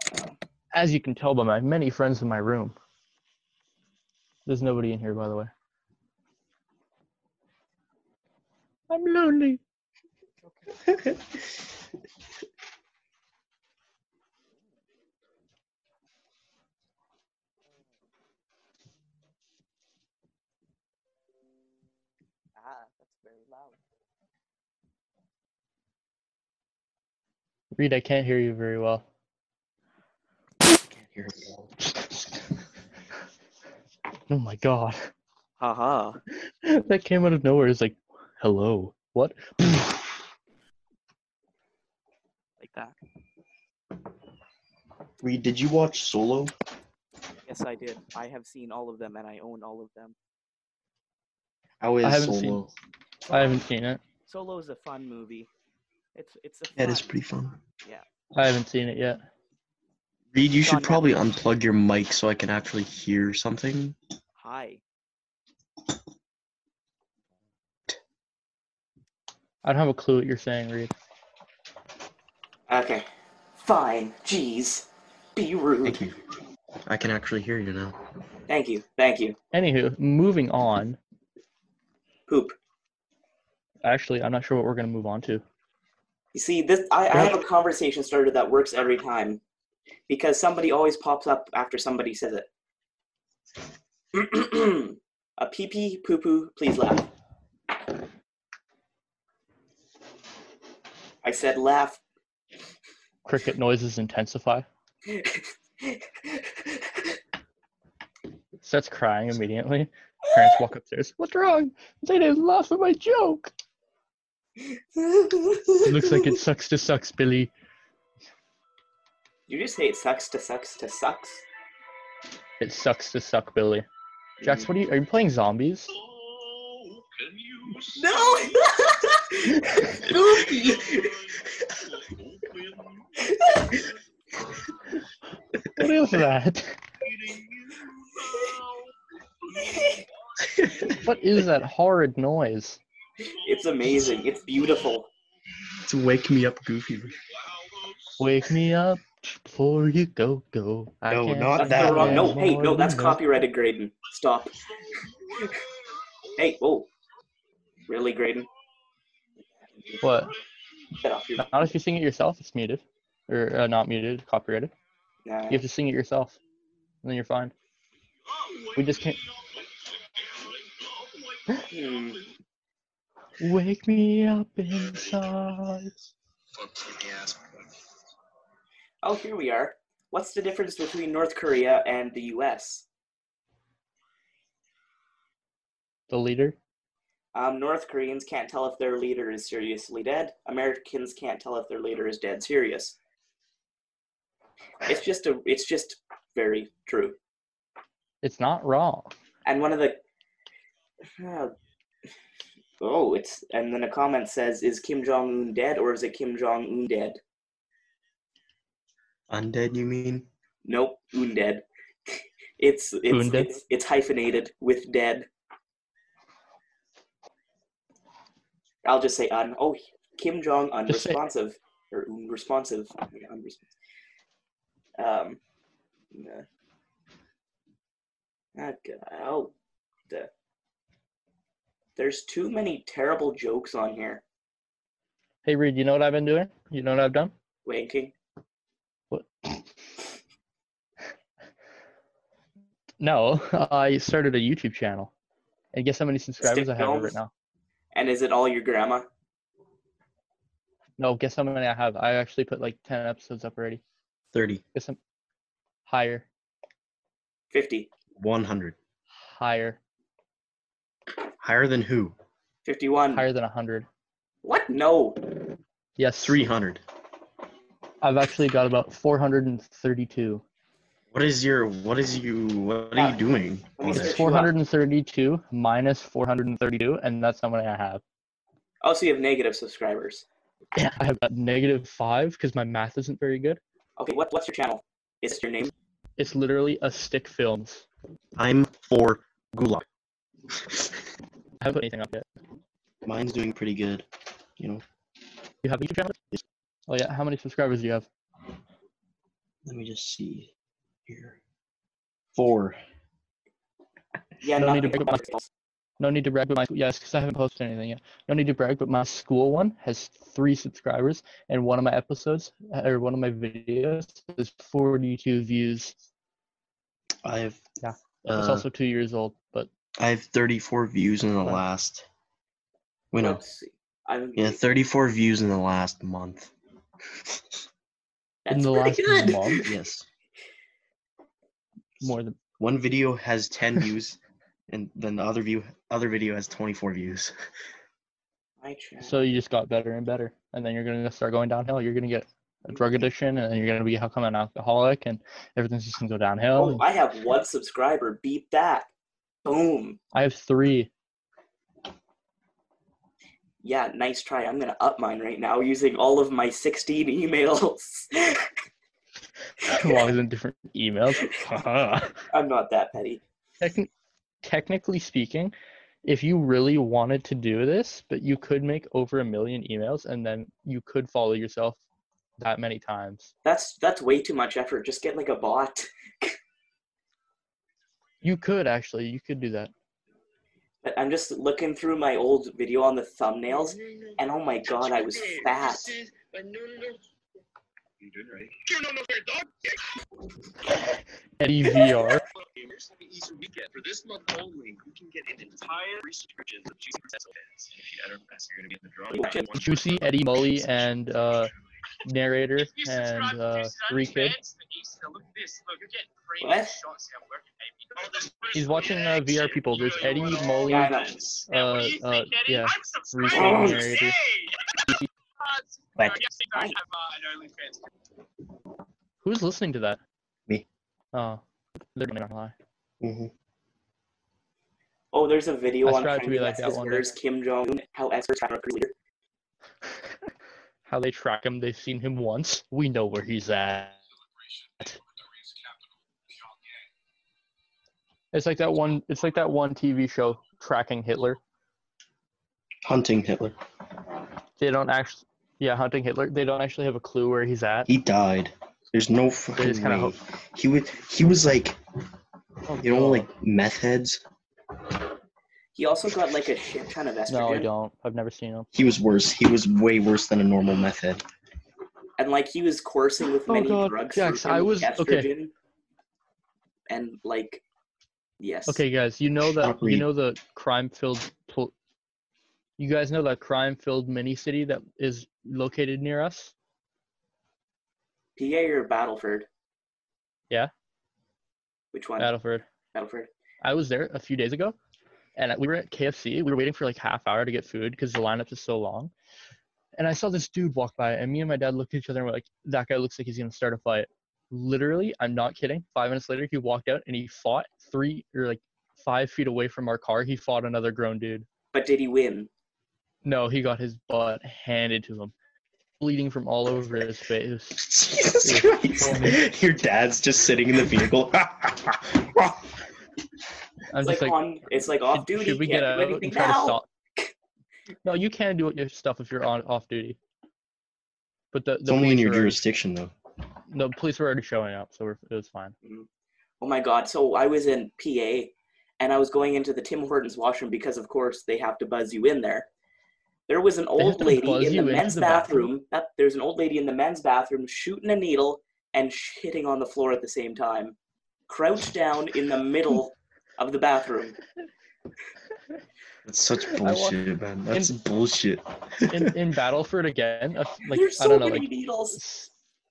C: As you can tell by my many friends in my room. There's nobody in here, by the way. I'm lonely.
A: Ah, Ah, that's very loud.
C: Reed, I can't hear you very well.
B: Can't hear a ball.
C: Oh my god.
A: Haha.
C: that came out of nowhere. It's like, hello. What?
E: like that.
B: Reed, did you watch Solo?
E: Yes, I did. I have seen all of them, and I own all of them.
B: How is
C: haven't
B: Solo?
C: seen- I haven't seen it.
E: Solo is a fun movie. It's it's a. Fun.
B: That is pretty fun.
C: I haven't seen it yet.
B: Reed, you
E: It's
B: should
E: on
B: probably unplug your mic so I can actually hear something.
E: Hi.
C: I don't have a clue what you're saying, Reed.
A: Okay. Fine. Jeez. Be rude.
B: Thank you. I can actually hear you now.
A: Thank you. Thank you.
C: Anywho, moving on.
A: Poop.
C: Actually, I'm not sure what we're gonna move on to.
A: You see, this I, I have a conversation starter that works every time. Because somebody always pops up after somebody says it. a pee pee poo poo, please laugh. I said laugh.
C: Cricket noises intensify. Starts crying immediately. Parents walk upstairs. What's wrong? They didn't laugh at my joke. It looks like it sucks to sucks, Billy.
A: You just say it sucks to sucks to sucks.
C: It sucks to suck, Billy. Jax, what are you? Are you playing zombies?
A: No! Goofy!
C: What is that? What is that horrid noise?
A: It's amazing. It's beautiful.
B: To wake me up, Goofy.
C: Wake me up before you go go. I
B: No,
C: can't
B: not
A: That's
B: that
A: the wrong.
B: one.
A: No, hey,
C: more
A: no,
C: than
A: that's
C: that.
A: copyrighted, Graydon. Stop. hey, whoa. Really, Graydon?
C: What?
A: Shut off your.
C: Not if you sing it yourself. It's muted, or uh, not muted, copyrighted.
A: Nah.
C: You have to sing it yourself, and then you're fine. We just can't.
A: Hmm.
C: Wake me up inside.
A: Oh, here we are. What's the difference between North Korea and the U.S.?
C: The leader.
A: Um, North Koreans can't tell if their leader is seriously dead. Americans can't tell if their leader is dead serious. It's just a. It's just very true.
C: It's not wrong.
A: and one of the Uh, oh it's and then a comment says is kim jong-un dead or is it kim jong-un dead
B: Undead, you mean?
A: nope un dead it's it's,
C: Undead?
A: it's it's hyphenated with dead I'll just say un. Oh, Kim Jong
C: Just say-
A: unresponsive or unresponsive. Yeah, unresponsive. Um. Uh, not good. Oh, the, there's too many terrible jokes on here.
C: Hey, Reed, you know what I've been doing? You know what I've done?
A: Wanking.
C: No, I started a YouTube channel. And guess how many subscribers I have
A: films?
C: right now?
A: And is it all your grandma?
C: No, guess how many I have? I actually put like 10 episodes up already.
B: 30,
C: Guess I'm higher,
A: 50,
B: 100.
C: higher,
B: Higher than who?
A: 51.
C: higher than 100.
A: What? No.
C: Yes,
B: 300.
C: I've actually got about 432.
B: What is your, what is you, what are you doing?
A: Let me
B: on this?
A: search
C: It's
A: you up.
C: 432 minus 432, and that's how many I have.
A: Oh, so you have negative subscribers.
C: Yeah, I have a negative five because my math isn't very good.
A: Okay, what, what's your channel? Is it your name?
C: It's literally a stick films.
B: I'm for gulag.
C: I haven't put anything up yet.
B: Mine's doing pretty good. You know,
C: You have a YouTube channel?
B: Yes.
C: Oh yeah, how many subscribers do you have?
B: let me just see here. Four.
A: Yeah,
C: No
A: not
C: need to pick up my- No need to brag, but my yes, because I haven't posted anything yet. No need to brag, but my school one has three subscribers, and one of my episodes or one of my videos is 42 views.
B: I have
C: it's
B: Uh,
C: also two years old, but
B: I have 34 views in the
C: Wow.
B: last. Wait, no.
A: Let's see. I'm,
B: Yeah, 34 views in the last month.
A: that's
C: in the
A: pretty
C: last
A: good.
C: month,
B: yes.
C: more than
B: One video has 10 views, and then the other view other video has 24 views.
A: My channel.
C: so you just got better and better, and then you're gonna start going downhill. You're gonna get a drug addiction, and then you're gonna become an alcoholic, and everything's just gonna go downhill.
A: oh, I have one subscriber. Beat that. Boom.
C: I have three.
A: Yeah, nice try. I'm going to up mine right now using all of my 16 emails.
C: logs in different emails. Haha.
A: I'm not that petty.
C: Techni- technically speaking, if you really wanted to do this, but you could make over a million emails and then you could follow yourself that many times.
A: That's that's way too much effort. Just get like a bot.
C: You could actually, you could do that.
A: But I'm just looking through my old video on the thumbnails, and oh my god, I was fat.
C: Eddie VR. Juicy Eddie Mully and uh, narrator and uh, three kids.
A: What?
C: He's watching uh, VR people. There's Eddie Mully,
A: Yeah, I
C: uh,
A: know.
C: uh, yeah, three kids
A: Oh,
C: narrator.
D: uh,
C: Who's listening to that?
B: Me.
C: Oh, they're not gonna lie.
B: Mm-hmm.
A: Oh, there's a video
C: I
A: on
C: strive
A: trying
C: to
A: to
C: be like that
A: his
C: one day.
A: words, Kim Jong Un, how experts are leader.
C: How they track him? They've seen him once. We know where he's at. It's like that one. It's like that one TV show tracking Hitler.
B: Hunting Hitler.
C: They don't actually. Yeah, hunting Hitler. They don't actually have a clue where he's at.
B: He died. There's no
C: They
B: fucking
C: just kind
B: way.
C: of hope.
B: He was he was like
C: Oh,
B: you know
C: God.
B: like meth heads.
A: He also got like a shit ton of
C: No, I
A: estrogen,
C: don't. I've never seen him.
B: He was worse. He was way worse than a normal meth head.
A: and like he was coursing with
C: Oh
A: many
C: God,
A: drugs.
C: Jax,
A: through him,
C: I was-
A: estrogen,
C: okay.
A: And like, yes.
C: Okay, guys, you know that
B: Shockley.
C: you know the crime-filled. Pol- you guys know that crime-filled mini city that is located near us.
A: PA or Battleford?
C: Yeah.
A: Which one?
C: Battleford.
A: Battleford.
C: I was there a few days ago, and we were at KFC. We were waiting for like half hour to get food because the lineup is so long. And I saw this dude walk by, and me and my dad looked at each other and we're like, "That guy looks like he's gonna start a fight." Literally, I'm not kidding. Five minutes later, he walked out and he fought three or like five feet away from our car. He fought another grown dude.
A: But did he win?
C: No, he got his butt handed to him, bleeding from all over his face.
B: Jesus
C: Yeah.
B: Christ. Your dad's just sitting in the vehicle.
C: I'm
A: It's
C: just
A: like,
C: like,
A: on. It's like off
C: should,
A: duty.
C: should we
A: can't
C: get out
A: do anything
C: and try to
A: now.
C: stop? No, you can do it your stuff if you're on off duty. But the,
B: It's
C: the
B: only in
C: police
B: your
C: were already-
B: jurisdiction, though.
C: the police were already showing up, so we're, it was fine.
A: Oh my god. So I was in PA and I was going into the Tim Hortons washroom because of course they have to buzz you in there. There was an old
C: to
A: lady
C: buzz
A: in
C: you
A: the
C: into
A: men's
C: the bathroom?
A: bathroom. Yep, there's an old lady in the men's bathroom shooting a needle and shitting on the floor at the same time. Crouched down in the middle of the bathroom.
B: That's such
C: wa-
B: bullshit, man. That's bullshit.
C: In in Battleford again, a f- like
A: There's
C: I
A: so
C: don't know,
A: many
C: like
A: needles.
C: s-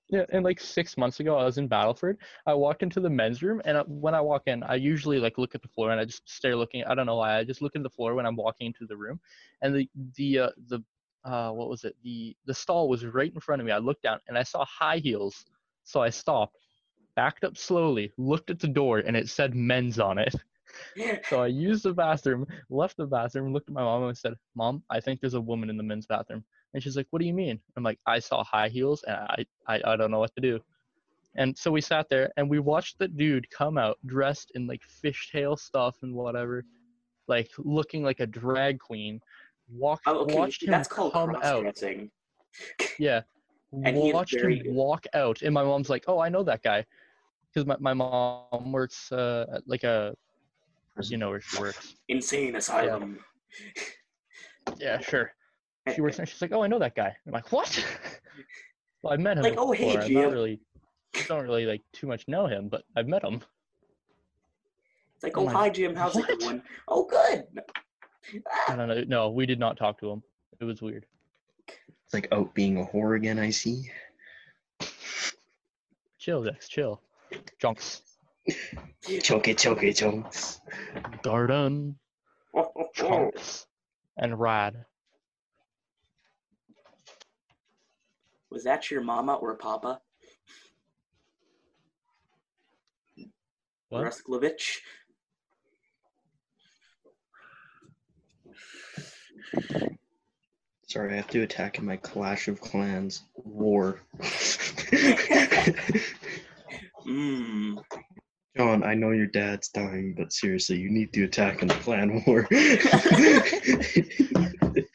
C: yeah, and like six months ago, I was in Battleford. I walked into the men's room, and I, when I walk in, I usually like look at the floor and I just stare looking. I don't know why. I just look at the floor when I'm walking into the room, and the the uh, the uh, what was it? The the stall was right in front of me. I looked down and I saw high heels, so I stopped, backed up slowly, looked at the door, and it said men's on it. So I used the bathroom, left the bathroom, looked at my mom and said, Mom, I think there's a woman in the men's bathroom. And she's like, What do you mean? I'm like, I saw high heels and I, I, I don't know what to do. And so we sat there and we watched the dude come out dressed in like fishtail stuff and whatever, like looking like a drag queen. Walk,
A: Oh, okay,
C: watched him
A: that's called
C: come
A: cross
C: out.
A: dressing.
C: Yeah.
A: And he is
C: watched
A: very
C: him
A: good.
C: walk out. And my mom's like, Oh, I know that guy. Because my, my mom works uh, at like a, you know where she works.
A: Insane asylum.
C: yeah, sure. She works there. She's like, oh, I know that guy. I'm like, what? well, I met him.
A: Like,
C: before.
A: "Oh, hey,
C: I
A: Jim."
C: don't really, I don't really like too much know him, but I've met him.
A: It's like,
C: Oh
A: oh,
C: my-
A: hi, Jim. How's it
C: What?
A: going? Oh, good.
C: I don't know. No, we did not talk to him. It was weird.
B: It's like out being a whore again, I see.
C: Chill, Dex. Chill. Junks.
B: Choke it, choke it, chunks.
C: Garden. Chunks. And Rad.
A: Was that your mama or papa?
C: What?
A: Rusklovich?
B: Sorry, I have to attack in my Clash of Clans war.
A: Mmm.
B: John, I know your dad's dying, but seriously, you need to attack in the clan war.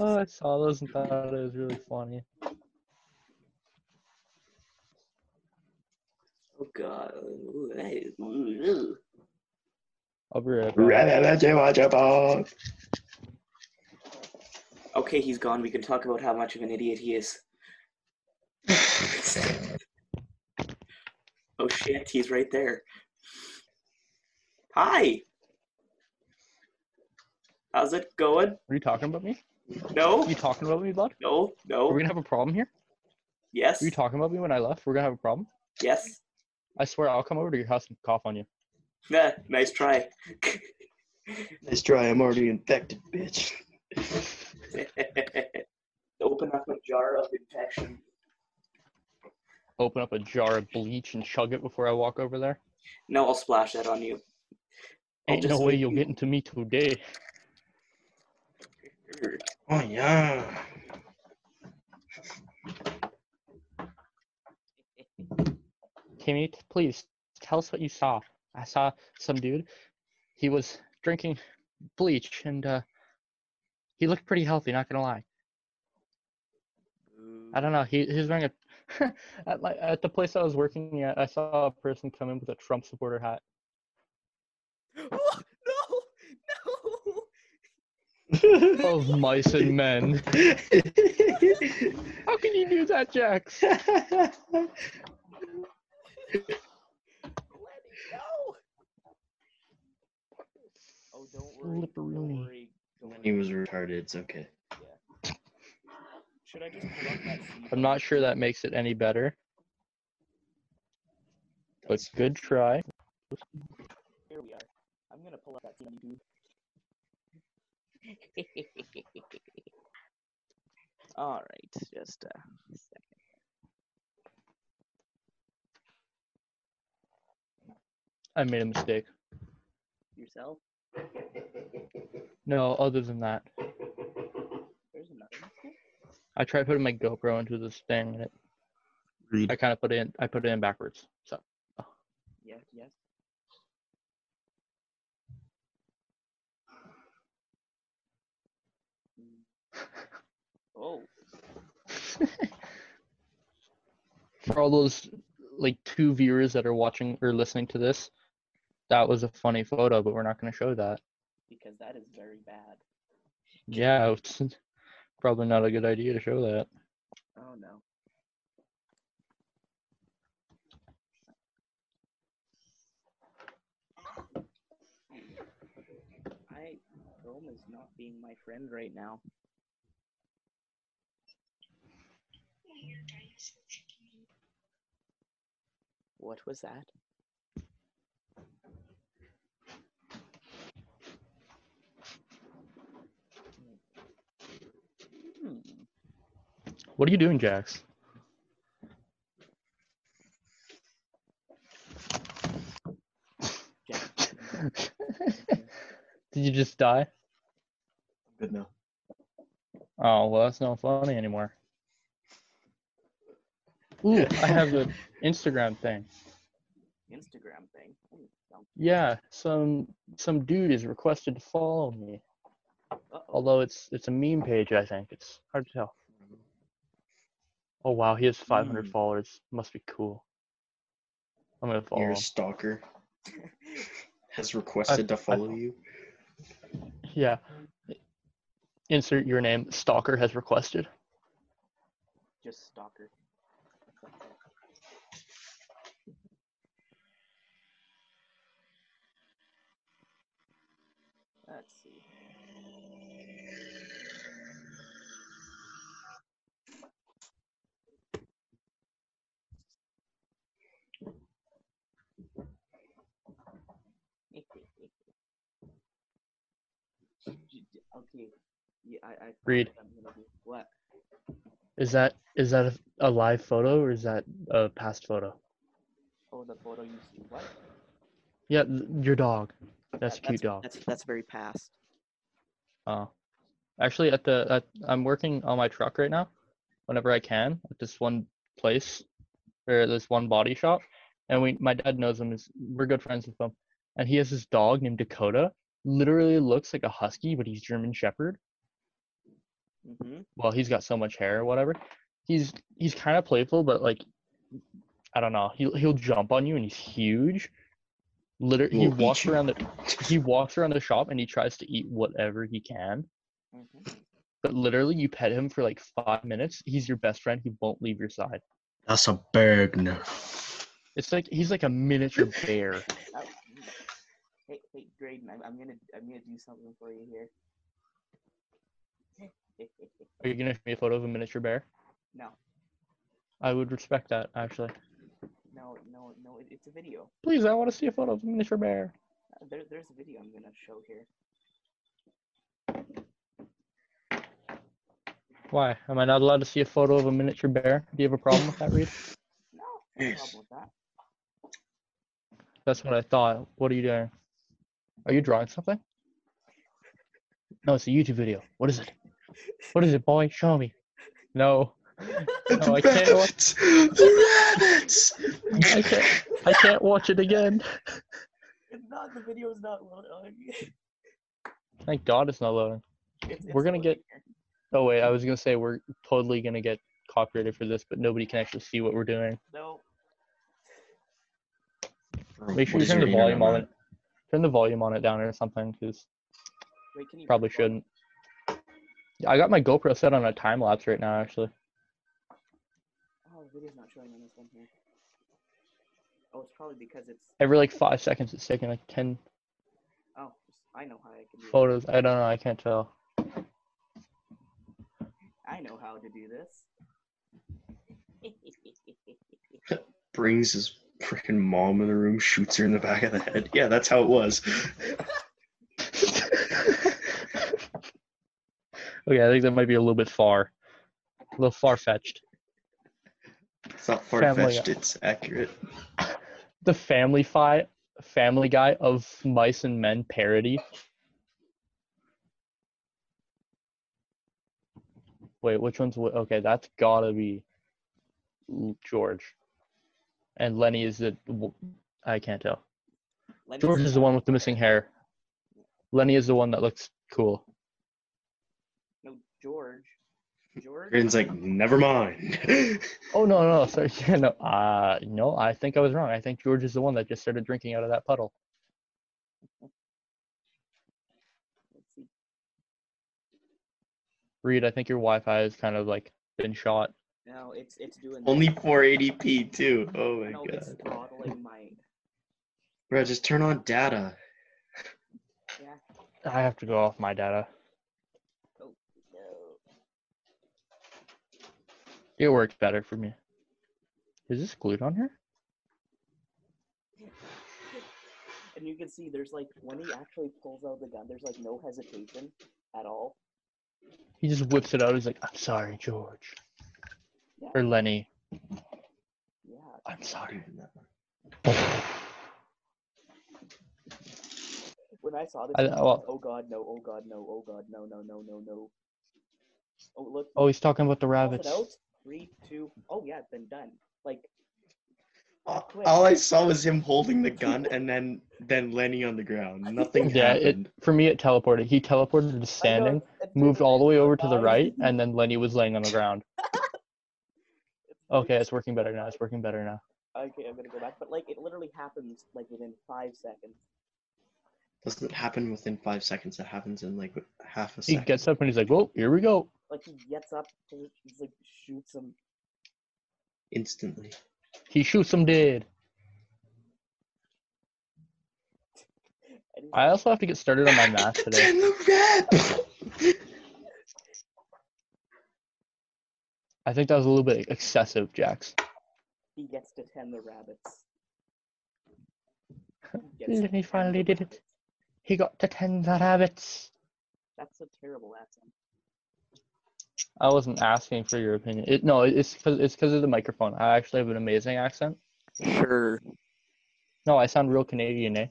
C: Oh, I saw those and thought it was really funny.
A: Oh, God. Ooh, that is- ooh.
C: I'll be right back.
B: Ra-ra-ra-ja-wa-ja-ba.
A: Okay, he's gone. We can talk about how much of an idiot he is. oh, shit. He's right there. Hi. How's it going?
C: Are you talking about me?
A: No?
C: Are you talking about me, bud?
A: No?
C: Are we
A: No?
C: gonna have a problem here?
A: Yes?
C: Were you talking about me when I left? We're gonna have a problem?
A: Yes?
C: I swear I'll come over to your house and cough on you.
A: Nah, nice try.
B: Let's try, I'm already infected, bitch.
A: Open up a jar of infection.
C: Open up a jar of bleach and chug it before I walk over there.
A: No, I'll splash that on you. I'll
C: Ain't no
A: just
C: way
A: make
C: you'll
A: you-
C: get into me today.
B: Oh, yeah.
C: Kimmy, t- please tell us what you saw. I saw some dude. He was drinking bleach and uh, he looked pretty healthy. Not gonna lie. I don't know. He he was wearing a at, my, at the place I was working at. I saw a person come in with a Trump supporter hat.
E: Oh, no, no.
C: Of Oh, mice and men. How can you do that, Jax?
E: Oh, don't worry. Don't
C: Flipperoni.
E: worry. Don't
B: he
E: worry.
B: was retarded, it's okay.
E: Should I just pull up that scene?
C: I'm not sure that makes it any better, but good try.
E: Here we are. I'm gonna pull up that scene on YouTube. All right, just uh, a second.
C: I made a mistake.
E: Yourself.
C: No, other than that,
E: There's another. one.
C: I tried putting my GoPro into this thing, and it,
B: Read.
C: I kind of put it in. I put it in backwards. So
E: Yeah. Yes. Oh,
C: For all those like two viewers that are watching or listening to this, that was a funny photo, but we're not going to show that.
E: because that is very bad.
C: Yeah, it's probably not a good idea to show that.
E: Oh no. I Rome is not being my friend right now. What was that? Hmm.
C: What are you doing, Jax?
E: Jack,
C: Did you just die?
B: Good now.
C: Oh well, that's not funny anymore. Ooh, I have an Instagram thing.
E: Instagram thing. Uh
C: Yeah, some some dude is requested to follow me.
E: oh.
C: Although it's it's a meme page, I think it's hard to tell. Oh wow, he has 500
B: Hmm.
C: followers. Must be cool. I'm gonna follow.
B: Your
C: him.
B: stalker has requested to follow you.
C: Yeah. Insert your name. Stalker has requested.
E: Just stalker. Let's see. okay. Yeah, I, I
C: Read.
E: I'm gonna do what?
C: Is that is that a, a live photo or is that a past photo?
E: Oh, the photo you see. What?
C: Yeah, th- your dog. That's a
E: That-
C: cute dog.
E: That's that's very past.
C: Oh, actually, at the at, I'm working on my truck right now. Whenever I can, at this one place or this one body shop, and we my dad knows him. Is we're good friends with him, and he has this dog named Dakota. Literally looks like a husky, but he's German Shepherd.
E: Mm-hmm.
C: well he's got so much hair or whatever he's he's kind of playful but like i don't know he'll, he'll jump on you and he's huge literally he
B: He'll eat
C: walks
B: you.
C: around the he walks around the shop and he tries to eat whatever he can
E: Mm-hmm.
C: but literally you pet him for like five minutes he's your best friend he won't leave your side
B: That's a big no.
C: it's like he's like a miniature bear
E: Oh, Hey, hey, Graydon, I'm, I'm gonna I'm gonna do something for you here.
C: are you gonna show me a photo of a miniature bear
E: no,
C: i would respect that actually
E: no, no, no. It, it's a video.
C: please i want to see a photo of a miniature bear
E: Uh, There, there's a video I'm gonna show here.
C: why am i not allowed to see a photo of a miniature bear do you have a problem with that reed
E: No, no
B: Yes.
E: problem with that.
C: That's what I thought. What are you doing? Are you drawing something? No, it's a YouTube video. What is it? What is it, boy? Show me. No, No, I can't
B: rabbits!
C: watch-
B: The rabbits!
C: I can't. I can't watch it again.
E: It's not the video's not loaded. It's,
C: Thank God it's not loading.
E: it's
C: We're gonna
E: loading
C: get-
E: here.
C: Oh wait, I was gonna say we're totally gonna get copyrighted for this, but nobody can actually see what we're doing.
E: No,
C: Make sure
B: What
C: you
B: is
C: turn
B: your
C: the
B: internet
C: volume on
B: on?
C: it. Turn the volume on it down or something, because
E: wait, can you
C: probably
E: put the phone-
C: shouldn't. I got my GoPro set on a time lapse right now, actually.
E: Oh, the video's not showing on this one here. Oh, it's probably because it's.
C: Every like five seconds, it's taking like ten
E: Oh, I know how I can do. it.
C: photos. I don't know. I can't tell.
E: I know how to do this.
B: Brings his freaking mom in the room, shoots her in the back of the head. Yeah, that's how it was.
C: Okay, I think that might be a little bit far, a little far fetched.
B: It's not far
C: Family-
B: fetched, it's accurate.
C: The Family Fi, Family Guy of mice and men parody. Wait, which one's wh- okay? That's gotta be L- George, and Lenny is the w- I can't tell.
E: Lenny's
C: George is the one with the missing hair. Lenny is the one that looks cool.
E: No, George. George.
B: Graydon's like, never mind.
C: Oh no, no, sorry, yeah, no. Uh, no, I think I was wrong. I think George is the one that just started drinking out of that puddle.
E: Let's see.
C: Reed, I think your Wi-Fi is kind of like been shot.
E: No, it's it's doing that.
B: Only 480p too. Oh my
E: no, it's
B: god.
E: throttling my
B: Bro, just turn on data.
E: yeah.
C: I have to go off my data.
E: Oh no.
C: It worked better for me. Is this glued on here?
E: And you can see there's like when he actually pulls out the gun, there's like no hesitation at all.
C: He just whips it out. He's like, "I'm sorry, George."
E: Yeah.
C: Or Lenny,
E: Yeah.
C: I'm sorry.
E: When I saw this,
C: I-
E: I was
C: well-
E: like, oh god no, oh god no, oh god no, no, no, no, no. Oh look,
C: Oh, he's talking about the
E: pulls it
C: rabbits.
E: out. Three, two, oh yeah, it's been done. Like
B: All all I saw was him holding the gun and then then landing on the ground. Nothing
C: Yeah, it
B: happened.
C: for me it teleported. He teleported to
E: I know,
C: standing,
E: it's-
C: moved all the way over to the
E: Bye.
C: right, and then Lenny was laying on the ground. Okay, it's working better now. It's working better now.
E: Okay, I'm gonna go back, but like it literally happens like within five seconds.
B: Doesn't happen within five seconds. It happens in like half a
C: He
B: second.
C: gets up and he's like, "Whoa, here we go."
E: Like he gets up, he just like shoots him.
B: Instantly.
C: He shoots him dead.
E: And he's
C: I
E: like,
C: also have to get started on my math today.
B: Ten the rep!
C: I think that was a little bit excessive, Jax.
E: he gets to tend the rabbits. He gets to
C: Lenny
E: tend the
C: finally did it.
E: rabbits.
C: He got to ten the rabbits.
E: That's a terrible accent.
C: I wasn't asking for your opinion. It, no, it's because it's because of the microphone. I actually have an amazing accent.
A: Sure.
C: No, I sound real Canadian, eh?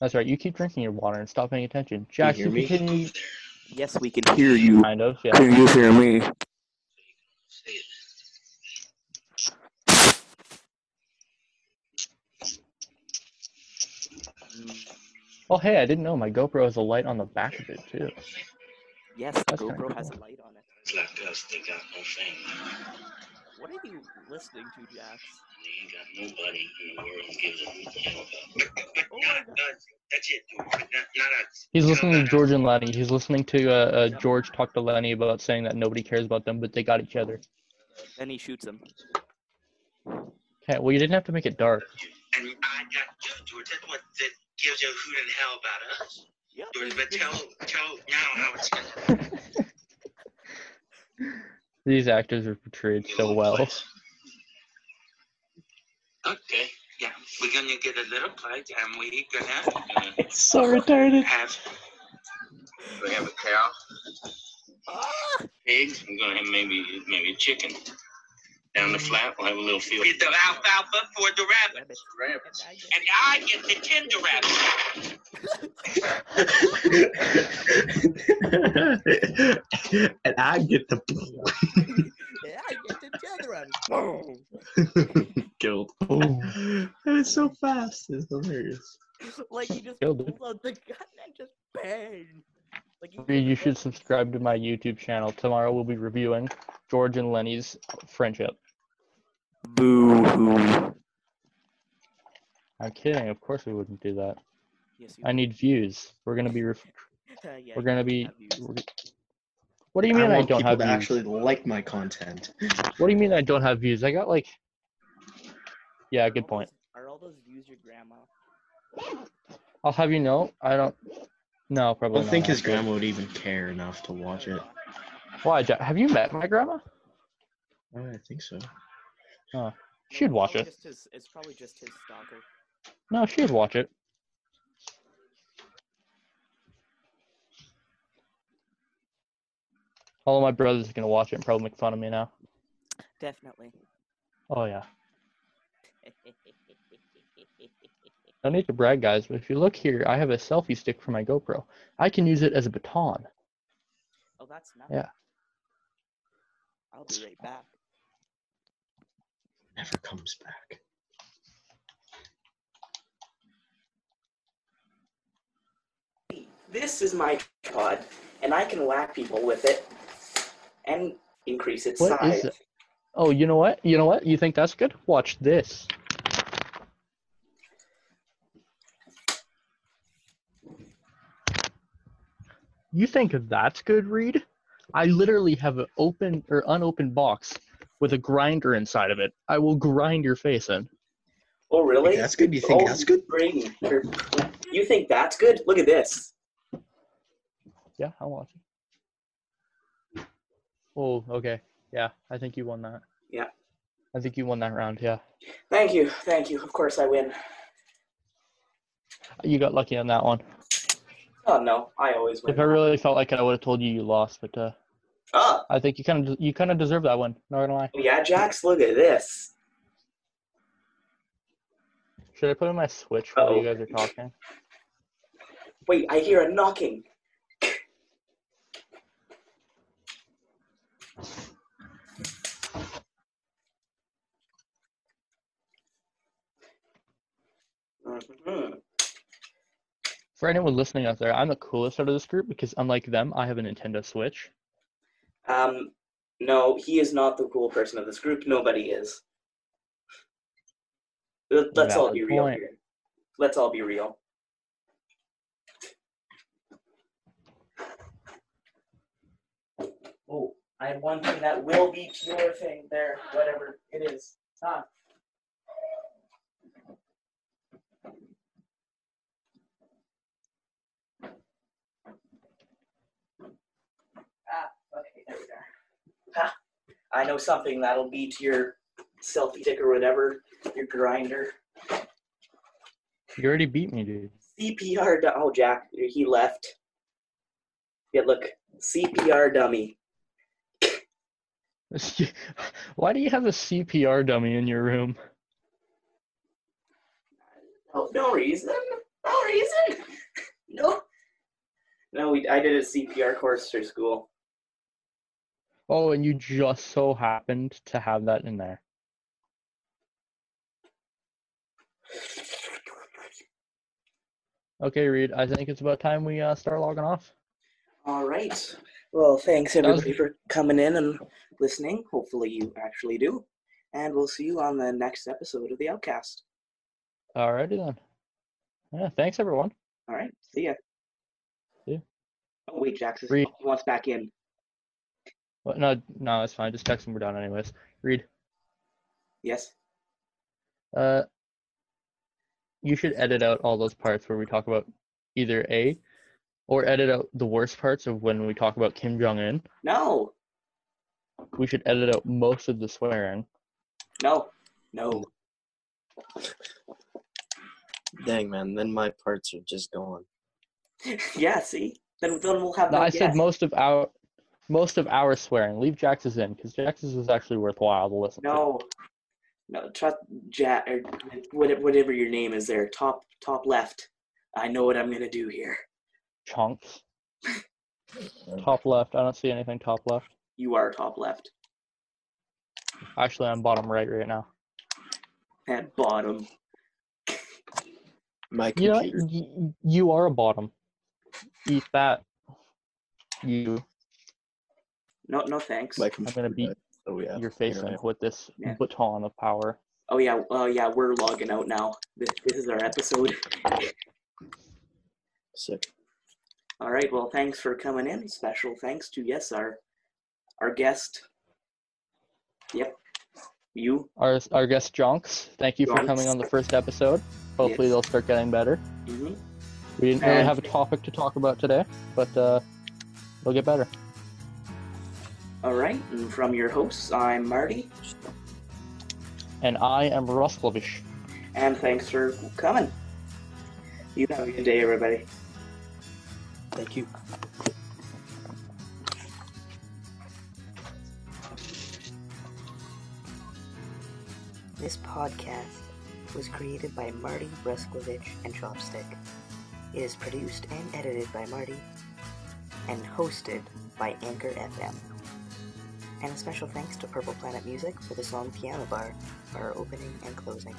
C: That's right. You keep drinking your water and stop paying attention. Jack,
B: hear
C: you,
B: me?
C: continue.
A: Yes, we can hear you.
C: Kind of, yeah.
A: Can you hear me?
C: Oh, hey, I didn't know my GoPro has a light on the back of it too.
A: Yes, the
C: That's kinda
A: GoPro has a
C: cool.
A: light on it.
D: Like us, they got no fame.
A: What are you listening to, Jax?
D: They ain't got nobody in the world who gives a hoot hell about
A: Oh my god.
D: us. That's it, dude. Not, not us.
C: He's
D: No,
C: listening to
D: not us.
C: George and Lenny. He's listening to uh, uh, George talk to Lenny about saying that nobody cares about them, but they got each other.
A: Then he shoots him.
C: Okay, well, you didn't have to make it dark.
D: And I got you, George. That's what that gives a hoot and hell about us.
A: Yeah,
D: George, but tell, tell now how it's done.
C: These actors are portrayed so well.
D: Okay, yeah, we're gonna get a little plate and we're gonna uh,
B: It's so retarded.
D: have. We have a cow,
B: Ah!
D: pigs. We're gonna have maybe maybe chicken. Down the flat, we'll have a little field. Get the alfalfa for the rabbit.
A: Rabbits.
D: Rabbits. And I get the tender rabbit.
B: and I get the
A: Yeah, I get the tether on
B: killed.
C: Boom.
B: It was so fast. It's hilarious.
A: Like he just
C: Killed it.
A: pulls out the gun and just bang. Like he
C: Reed, you should subscribe to my YouTube channel. Tomorrow we'll be reviewing George and Lenny's friendship.
A: boo hoo.
C: I'm kidding. Of course we wouldn't do that.
A: Yes,
C: I need views. We're gonna be. Ref-
A: Uh, yeah,
C: we're gonna be.
A: have views.
C: we're- What do you mean
B: I
C: I,
B: want
C: don't
B: people
C: have
B: to
C: views?
B: actually like my content.
C: What do you mean I don't have views? I got like. Yeah, good point.
A: Are all those views your grandma?
C: I'll have you know I don't. No,
B: I
C: probably
B: don't
C: not.
B: think his
C: actually.
B: grandma would even care enough to watch it.
C: Why? Ja- Have you met my grandma?
B: Oh, I think so.
C: She'd
A: No,
C: watch
A: probably
C: it.
A: just his- it's probably just his stalker.
C: No, she'd watch it. All of my brothers are gonna watch it and probably make fun of me now.
A: Definitely.
C: Oh yeah. No need to brag, guys, but if you look here, I have a selfie stick for my GoPro. I can use it as a baton.
A: oh, that's nice.
C: Yeah.
A: I'll be right back.
B: Never comes back.
A: This is my tripod, and I can whack people with it and increase its
C: What
A: size.
C: is it? Oh, you know what? You know what? You think that's good? Watch this. You think that's good, Reed? I literally have an open or unopened box with a grinder inside of it. I will grind your face in.
A: Oh, really?
B: Think that's good. You think
A: Oh,
B: that's good?
A: Braden, you're- You think that's good? Look at this.
C: Yeah, I'll watch it. Oh, okay. Yeah, I think you won that.
A: Yeah.
C: I think you won that round. Yeah.
A: Thank you, thank you. Of course I win.
C: You got lucky on that one.
A: Oh no, I always win.
C: If I really felt like it, I would have told you you lost, but uh,
A: oh
C: I think you kind of you kind of deserve that one. Not gonna lie.
A: yeah, Jax. Look at this.
C: Should I put in my Switch while you
A: Uh-oh.
C: guys are talking?
A: Wait, I hear a knocking. Mhm.
C: For anyone listening out there, I'm the coolest out of this group because unlike them, I have a Nintendo Switch.
A: Um, no, he is not the cool person of this group. Nobody is. Let- Let's all
C: Valid
A: be real
C: point.
A: here. Let's all be real. Oh, I have one thing that will be your thing there, whatever it is. Ah. Ah, okay, there we are. Ha, I know something that'll be to your selfie stick or whatever, your grinder.
C: You already beat me, dude.
A: CPR. du- Oh, Jack, he left. Yeah, look, CPR dummy.
C: Why do you have a CPR dummy in your room?
A: Oh, no reason. No reason. No. No, we, I did a CPR course through school.
C: Oh, and you just so happened to have that in there. Okay, Reed, I think it's about time we uh, start logging off.
A: All right. Well, thanks
C: was-
A: everybody for coming in and listening. Hopefully, you actually do. And we'll see you on the next episode of The Outcast.
C: Alrighty then. Yeah, thanks everyone.
A: All right. See ya.
C: See ya.
A: Oh, wait, Jackson
C: Reed.
A: he wants back in.
C: Well, no, no, it's fine. Just text him. We're done anyways. Reed,
A: Yes.
C: uh, you should edit out all those parts where we talk about either A, or edit out the worst parts of when we talk about Kim Jong Un.
A: No.
C: We should edit out most of the swearing.
A: No. No.
B: Dang man, then my parts are just gone.
A: yeah. See. Then, then we'll have.
C: No,
A: no
C: I said
A: guest.
C: most of our most of our swearing. Leave Jax's in because Jax's is actually worthwhile to listen. to.
A: No, no, trust Jack or whatever, whatever your name is there. Top, top left. I know what I'm gonna do here.
C: chunks. top left. I don't see anything top left.
A: You are top left
C: Actually, I'm bottom right right now.
A: at bottom.
B: My
C: You know,
B: computer.
C: you, you are a bottom. Eat that. You,
A: No, no thanks.
B: My computer.
C: gonna beat
B: died. Oh yeah.
C: you're facing
B: Internet.
C: with this
A: Yeah.
C: baton of power.
A: oh yeah, oh yeah, we're logging out now. This, this is our episode.
B: Sick.
A: All right. Well, thanks for coming in. Special thanks to yes, our our guest. Yep, you.
C: Our our guest Jonks, thank you for coming
A: Jonks.
C: on the first episode. Hopefully,
A: Yes.
C: they'll start getting better.
A: hmm
C: We didn't really
A: And-
C: have a topic to talk about today, but uh, they'll get better.
A: All right. And from your hosts, I'm Marty.
C: And I am Roslovish.
A: And thanks for coming. You have a good day, everybody.
B: Thank you.
F: This podcast was created by Marty Breskovich and Chopstick. It is produced and edited by Marty and hosted by Anchor FM. And a special thanks to Purple Planet Music for the song Piano Bar for our opening and closing.